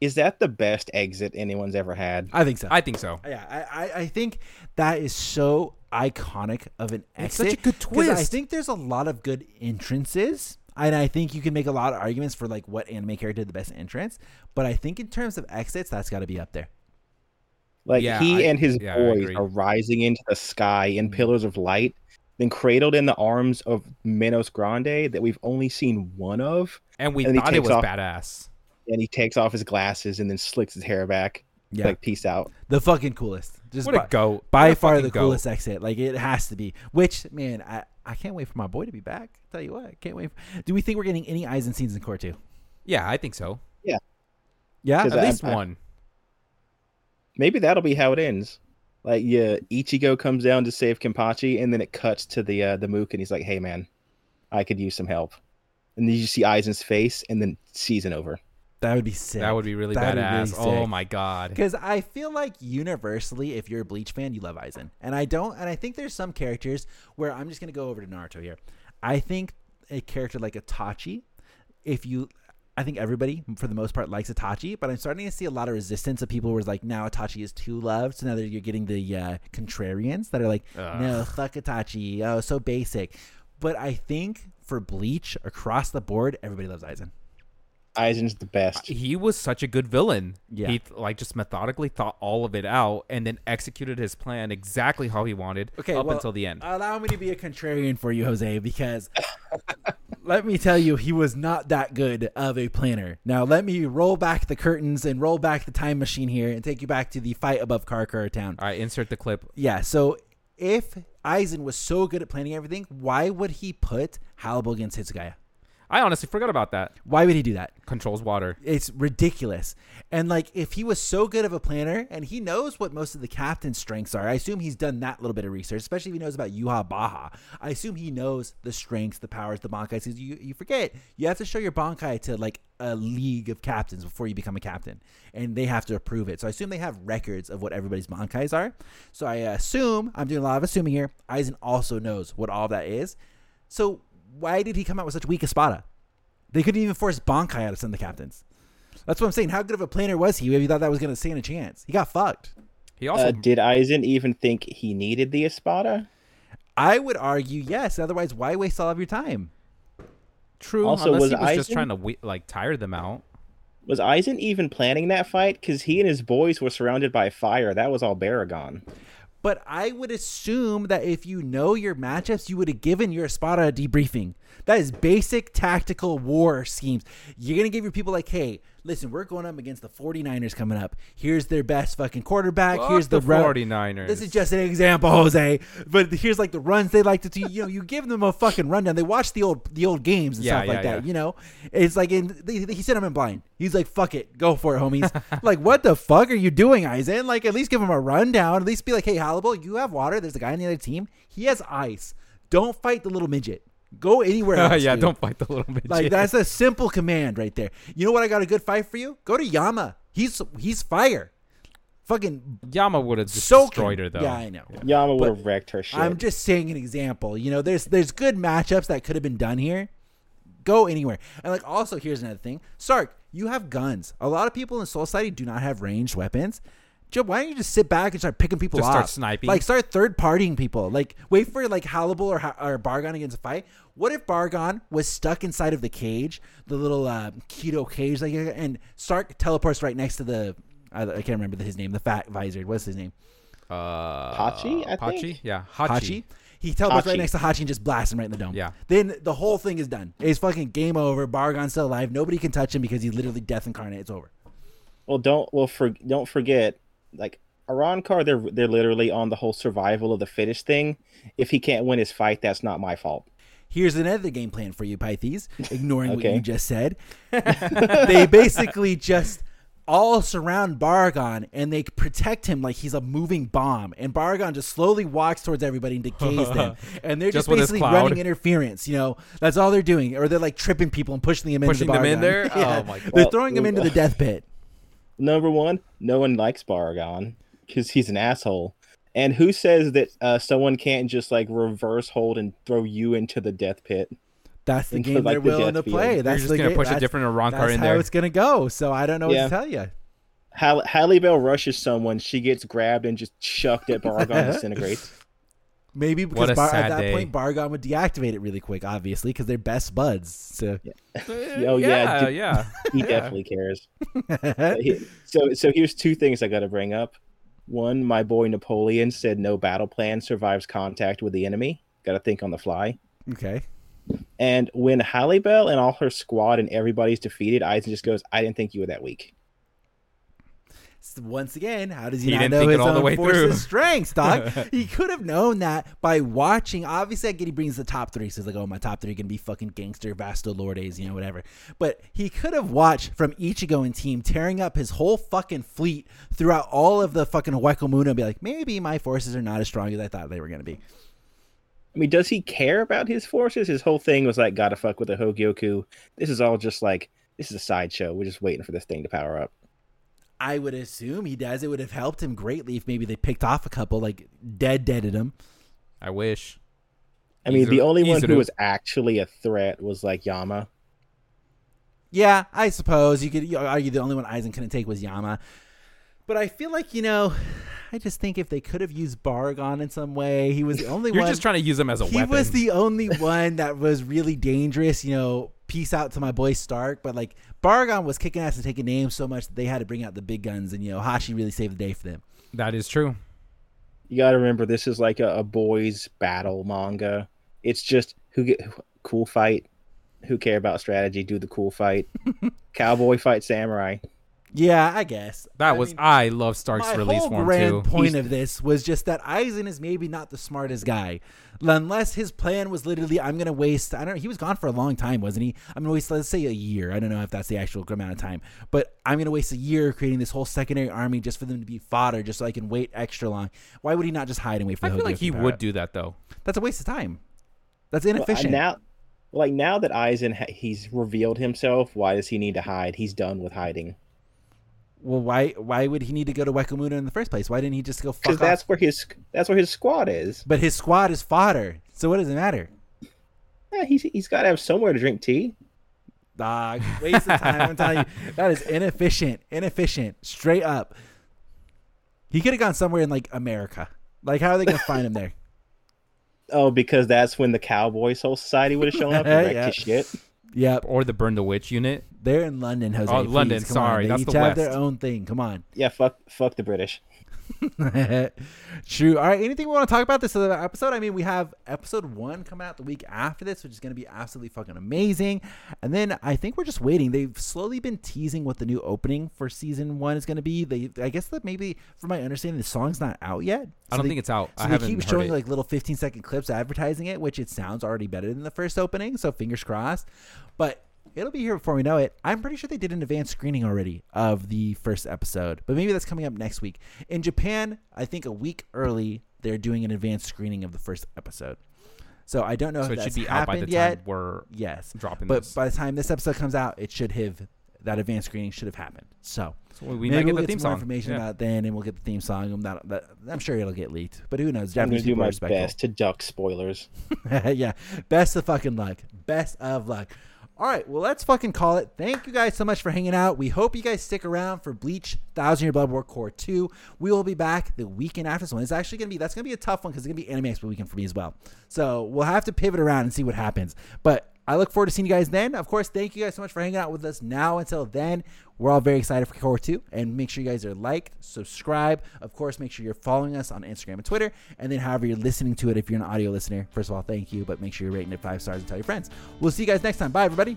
S3: is that the best exit anyone's ever had?
S1: I think so.
S2: I think so.
S1: Yeah, I, I, I think that is so iconic of an
S2: It's
S1: exit.
S2: such a good
S1: 'cause I
S2: twist.
S1: think there's a lot of good entrances, and I think you can make a lot of arguments for like what anime character had the best entrance. But I think in terms of exits, that's got to be up there.
S3: Like
S2: Yeah,
S3: he
S2: I-
S3: and his
S2: yeah, I
S3: boys
S2: agree. Mm-hmm.
S3: are rising into the sky in pillars of light, then cradled in the arms of Minos Grande that we've only seen one of,
S2: And we
S3: And he
S2: thought it
S3: takes
S2: was
S3: off-
S2: badass.
S3: and he takes off his glasses and then slicks his hair back.
S1: Yeah.
S3: Like peace out.
S1: The fucking coolest. Just
S2: What a
S1: by,
S2: goat.
S1: by
S2: What a
S1: far
S2: fucking
S1: the
S2: goat.
S1: coolest exit. Like it has to be. Which man, I, I can't wait for my boy to be back. Tell you what, I can't wait. For, do we think we're getting any eyes and scenes in core two?
S2: Yeah, I think so.
S1: Yeah.
S3: Is
S2: At
S3: that-
S2: least
S3: I-
S2: one.
S3: Maybe that'll be how it ends. Like yeah, Ichigo comes down to save Kenpachi, and then it cuts to the uh, the Mook, and he's like, "Hey man, I could use some help." And then you see Aizen's face, and then season over.
S1: That would be sick.
S2: That would be really
S1: That'd be really
S2: badass. oh
S1: sick.
S2: my god.
S1: Because I feel like universally, if you're a Bleach fan, you love Aizen, and I don't. And I think there's some characters where I'm just gonna go over to Naruto here. I think a character like Itachi, if you, I think everybody for the most part likes Itachi, but I'm starting to see a lot of resistance of people who are like, now Itachi is too loved, so now that you're getting the uh, contrarians that are like, no, fuck Itachi, oh, so basic. But I think for Bleach across the board, everybody loves Aizen.
S3: Aizen's the best.
S2: He was such a good villain.
S1: Yeah.
S2: He like just methodically thought all of it out and then executed his plan exactly how he wanted
S1: Okay,
S2: up
S1: well,
S2: until the end.
S1: Allow me to be a contrarian for you, Jose, because let me tell you, he was not that good of a planner. Now, let me roll back the curtains and roll back the time machine here and take you back to the fight above Karkar Town.
S2: all right, insert the clip.
S1: Yeah, so if Aizen was so good at planning everything, why would he put Hannibal against Hitsugaya?
S2: I honestly forgot about that.
S1: Why would he do that?
S2: Controls water.
S1: It's ridiculous. And like, if he was so good of a planner and he knows what most of the captain's strengths are, I assume he's done that little bit of research, especially if he knows about Yuha Baha. I assume he knows the strengths, the powers, the Bankai. Because you, you forget, you have to show your Bankai to like a league of captains before you become a captain, and they have to approve it. So I assume they have records of what everybody's Bankais are. So I assume, I'm doing a lot of assuming here, Aizen also knows what all that is. So why did he come out with such weak Espada? They couldn't even force Bankai out of some of the captains. That's what I'm saying. How good of a planner was he if he thought that was going to stand a chance? He got fucked.
S2: He also
S3: uh, did Aizen even think he needed the Espada?
S1: I would argue yes. Otherwise, why waste all of your time?
S2: true.
S3: also,
S2: unless
S3: was
S2: he was just
S3: Aizen-
S2: trying to we- like tire them out.
S3: Was Aizen even planning that fight? Because he and his boys were surrounded by fire. That was all Baragon.
S1: But I would assume that if you know your matchups, you would have given your Espada a debriefing. That is basic tactical war schemes. You're going to give your people, like, hey, listen, we're going up against the 49ers coming up. Here's their best fucking quarterback.
S2: Fuck
S1: here's the,
S2: the
S1: route-
S2: 49ers.
S1: This is just an example, Jose. But here's like the runs they like to do. You know, you give them a fucking rundown. They watch the old the old games and
S2: Yeah,
S1: stuff like
S2: yeah,
S1: that.
S2: yeah.
S1: You know, it's like in, they, they- he sent him in blind. He's like, "Fuck it, go for it, homies." like, what the fuck are you doing, Aizen? Like, at least give him a rundown. At least be like, "Hey, Hallible, you have water. There's a guy on the other team. He has ice. Don't fight the little midget. Go anywhere else."
S2: yeah,
S1: dude."
S2: don't fight the little bitch.
S1: Like that's a simple command right there. You know what? I got a good fight for you. Go to Yama. He's he's fire. Fucking
S2: Yama would have just
S1: so
S2: destroyed her though.
S1: Yeah, I know.
S3: Yama would have wrecked her shit.
S1: I'm just saying an example. You know, there's there's good matchups that could have been done here. Go anywhere. And like also here's another thing. Sark, you have guns. A lot of people in Soul Society do not have ranged weapons. Joe, why don't you just sit back and start picking people
S2: Just
S1: off?
S2: start sniping.
S1: Like start third partying people. Like wait for like Hallible or, Ha- or Bargon against a fight. What if Bargon was stuck inside of the cage, the little uh, keto cage, like and Sark teleports right next to the I, I can't remember his name, the fat visor. What's his name?
S2: Uh,
S3: Hachi, I
S2: Hachi,
S3: think?
S2: yeah, Hachi.
S1: Hachi. He teleports right
S3: Hachi.
S1: next to Hachi and just blasts him right in the dome.
S2: Yeah.
S1: Then the whole thing is done. It's fucking game over. Bargon's still alive. Nobody can touch him because he's literally death incarnate. It's over.
S3: Well, don't well for don't forget, like Aronkar, they're they're literally on the whole survival of the fittest thing. If he can't win his fight, that's not my fault.
S1: Here's another game plan for you, Pythes, ignoring what
S3: Okay.
S1: you just said. they basically just all surround Bargon and they protect him like he's a moving bomb. And Bargon just slowly walks towards everybody and decays them. And they're just,
S2: Just with his
S1: basically
S2: cloud.
S1: running interference, you know. That's all they're doing. Or they're like tripping people and pushing them into
S2: Pushing them
S1: Bargon.
S2: in there? Oh my God.
S1: They're throwing them into the death pit.
S3: Number one, no one likes Baragon because he's an asshole. And who says that uh, someone can't just like reverse hold and throw you into the death pit?
S1: That's the
S3: into,
S1: game
S3: like,
S1: they're
S3: the
S1: willing
S3: death
S1: to
S3: field.
S1: play.
S3: You're
S1: that's
S2: just
S1: the
S2: gonna
S1: game-
S2: push a
S1: that's-
S2: different Arankar
S1: that's
S2: in
S1: how
S2: there.
S1: it's gonna go. So I don't know
S3: Yeah.
S1: what to tell you.
S3: Hall- Halle Bell rushes someone, she gets grabbed and just chucked at Baragon, disintegrates.
S1: Maybe
S2: What
S1: because
S2: a
S1: Bar- at
S2: sad
S1: that
S2: day.
S1: point Bargon would deactivate it really quick, obviously, because they're best buds. So
S3: Oh, yeah,
S2: yeah,
S3: d-
S2: yeah.
S3: He definitely cares. But he- so, so here's two things I got to bring up. One, my boy Napoleon said no battle plan survives contact with the enemy. Got to think on the fly.
S1: okay,
S3: And when Hallibell and all her squad and everybody's defeated, Eisen just goes, "I didn't think you were that weak."
S1: So once again, how does he,
S2: He
S1: not
S2: didn't
S1: know
S2: think it
S1: his
S2: all the
S1: own
S2: way
S1: forces'
S2: through.
S1: strengths, dog? he could have known that by watching. Obviously, I get he brings the top three. So he's like, oh, my top three gonna be fucking gangster, Vasto Lordes, you know, whatever. But he could have watched from Ichigo and team tearing up his whole fucking fleet throughout all of the fucking Hueco Moon and be like, maybe my forces are not as strong as I thought they were gonna be.
S3: I mean, does he care about his forces? His whole thing was like, "Gotta fuck with the Hogyoku." This is all just like, this is a sideshow. We're just waiting for this thing to power up.
S1: I would assume he does. It would have helped him greatly if maybe they picked off a couple, like dead deaded him.
S2: I wish.
S3: I mean,
S2: Izuru-
S3: the only one who
S2: Izuru.
S3: was actually a threat was like Yama.
S1: Yeah, I suppose you could you argue the only one Eisen couldn't take was Yama. But I feel like, you know, I just think if they could have used Bargon in some way, he was the only
S2: You're
S1: one.
S2: just trying to use him as a
S1: he
S2: weapon.
S1: was the only one that was really dangerous. You know, peace out to my boy Stark. But like Bargon was kicking ass and taking names so much that they had to bring out the big guns, and you know, Hashi really saved the day for them.
S2: that is true.
S3: you got to remember this is like a, a boys battle manga it's just who get who- cool fight who care about strategy do the cool fight cowboy fight samurai
S1: Yeah, I guess
S2: That
S1: I
S2: was
S1: mean,
S2: I love Stark's
S1: my
S2: release
S1: whole
S2: form
S1: grand
S2: too.
S1: point
S3: He's-
S1: of this was just that Eisen is maybe not the smartest guy, unless his plan was literally I'm gonna waste. I don't. know. He was gone for a long time, wasn't he? I'm gonna waste let's say a year. I don't know if that's the actual amount of time, but I'm gonna waste a year creating this whole secondary army just for them to be fodder, just so I can wait extra long. Why would he not just hide and wait for?
S2: I
S1: the
S2: feel like
S1: Hogoku
S2: he
S1: power
S2: would
S1: up?
S2: do that though.
S1: That's a waste of time. That's
S3: Well, I-
S1: inefficient.
S3: now like now that Aizen ha- he's revealed himself why does he need to hide he's done with hiding
S1: well, why why would he need to go to Wakamuna in the first place? Why didn't he just go fuck
S3: because
S1: off?
S3: that's where his that's where his squad is
S1: but his squad is fodder, so what does it matter?
S3: yeah, he's he's got to have somewhere to drink tea
S1: Dog, waste of time. I'm telling you, that is inefficient. Inefficient, straight up. He could have gone somewhere in like America. Like, how are they gonna find him there?
S3: Oh, because that's when the Cowboys whole society would have shown up and wrecked
S1: Yeah.
S3: his shit.
S1: Yep,
S2: or the burn the witch unit.
S1: they're in London, Jose.
S2: Oh,
S1: please,
S2: London,
S1: come on.
S2: sorry,
S1: They
S2: that's
S1: each
S2: the
S1: have their
S2: West.
S1: own thing. Come on.
S3: Yeah, fuck, fuck the British.
S1: True. All right. Anything we want to talk about this other episode? I mean, we have episode one coming out the week after this, which is going to be absolutely fucking amazing. And then I think we're just waiting. They've slowly been teasing what the new opening for season one is going to be. They, I guess that maybe, from my understanding, the song's not out yet.
S2: I don't
S1: So they-
S2: think it's out.
S1: So
S2: I
S1: they
S2: haven't
S1: keep
S2: heard
S1: showing
S2: it.
S1: like little 15 second clips advertising it, which it sounds already better than the first opening. So fingers crossed. But it'll be here before we know it. I'm pretty sure they did an advanced screening already of the first episode, but maybe that's coming up next week. In Japan, I think a week early, they're doing an advanced screening of the first episode. So I don't know
S2: so
S1: if
S2: it
S1: that's
S2: should be out
S1: happened
S2: by the time
S1: yet.
S2: we're
S1: Yes.
S2: dropping
S1: But
S2: this.
S1: by the time this episode comes out, it should have that advanced screening should have happened. So
S2: So
S1: Maybe
S2: we might get
S1: we'll
S2: the
S1: get
S2: theme
S1: some more
S2: song.
S1: information
S2: Yeah.
S1: about it then, and we'll get the theme song. I'm, not, that, I'm sure it'll get leaked, but who knows?
S3: I'm gonna
S1: Japanese
S3: do
S1: people are
S3: my
S1: respectful.
S3: best to duck spoilers.
S1: yeah, best of fucking luck. Best of luck. All right, well, let's fucking call it. Thank you guys so much for hanging out. We hope you guys stick around for Bleach Thousand Year Blood War Core 2. We will be back the weekend after this one. It's actually going to be, that's going to be a tough one because it's going to be Anime Expo weekend for me as well. So we'll have to pivot around and see what happens. But I look forward to seeing you guys then. Of course, thank you guys so much for hanging out with us now. Until then, we're all very excited for Core 2. And make sure you guys are liked, subscribe. Of course, make sure you're following us on Instagram and Twitter. And then, however, you're listening to it, if you're an audio listener, first of all, thank you. But make sure you're rating it five stars and tell your friends. We'll see you guys next time. Bye, everybody.